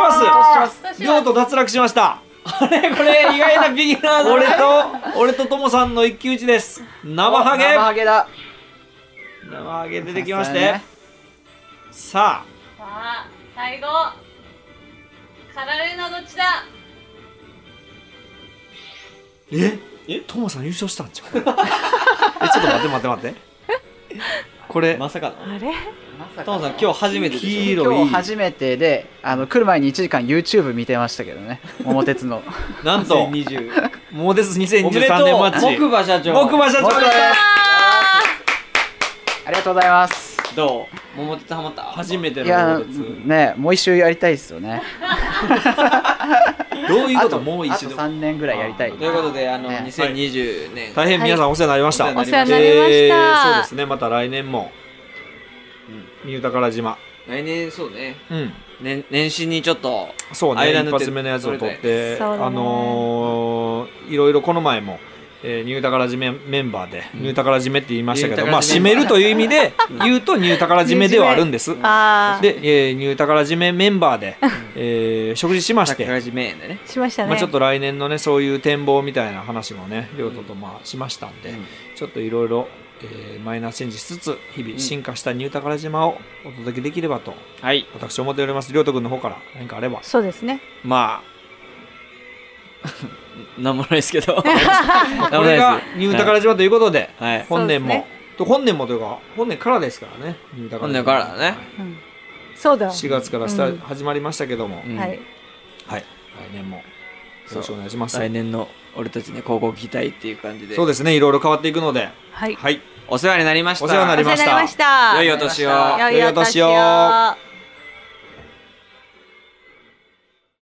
はす、両と脱落しました。これ意外なビギナーだ 俺と、俺とともさんの一騎打ちです。生ハゲ生ハゲだ生ハゲ出てきましそうだてね、さあ、さあ最後カラレナどっちだええ ともさん優勝したんちゃうえ、ちょっと待って待って待って。これ、まさかのあれトモさん今日初めてで黄し色い今日初めてであの来る前に1時間 YouTube 見てましたけどね桃 鉄のなんょと、 2020モーデスおめでとう2023年マッチ。木馬社長木馬社僕長でですすありがとうございますどう桃鉄ハマった初めていのモやーデス。ねもう一周やりたいですよねどういうあことともう一あ度と。3年ぐらいやりたいということであのね2020年大変皆さんお世話になりました。はいお世話になりましたえーそうですね、また来年も、三豊から島。来年そうねうん。年年始にちょっとそうね、間一抜け発目のやつを取っそて、そうだねあのーいろいろこの前も、えー、ニュータカラジメメンバーで、ニュータカラジメって言いましたけニュど、ーまあ、タカラジ締メめるという意味で言うとニュータカラジメではあるんです。ああで、えー、ニュータカラジメメンバーで、えー食事しまして、桜島園でねしましたね、まあ、ちょっと来年のねそういう展望みたいな話もね亮太とまあしましたんで、ちょっといろいろえーマイナーチェンジしつつ日々進化したニュータカラ島をお届けできればとはい私思っております亮太君の方から何かあればそうですねま あなんもないですけ どこれがニュータカラ島ということで、はい本年も、そうでと本年もというか本年からですからねニュータカラ本島年からだねそうだ、 4月からスタうん始まりましたけども、うんはいはい来年もよろしくお願いします来年の俺たちに高校期待っていう感じでそうですねいろいろ変わっていくのではいはいお世話になりましたお世話になりましたお世話になりました良いお年を良いお良いお年年をを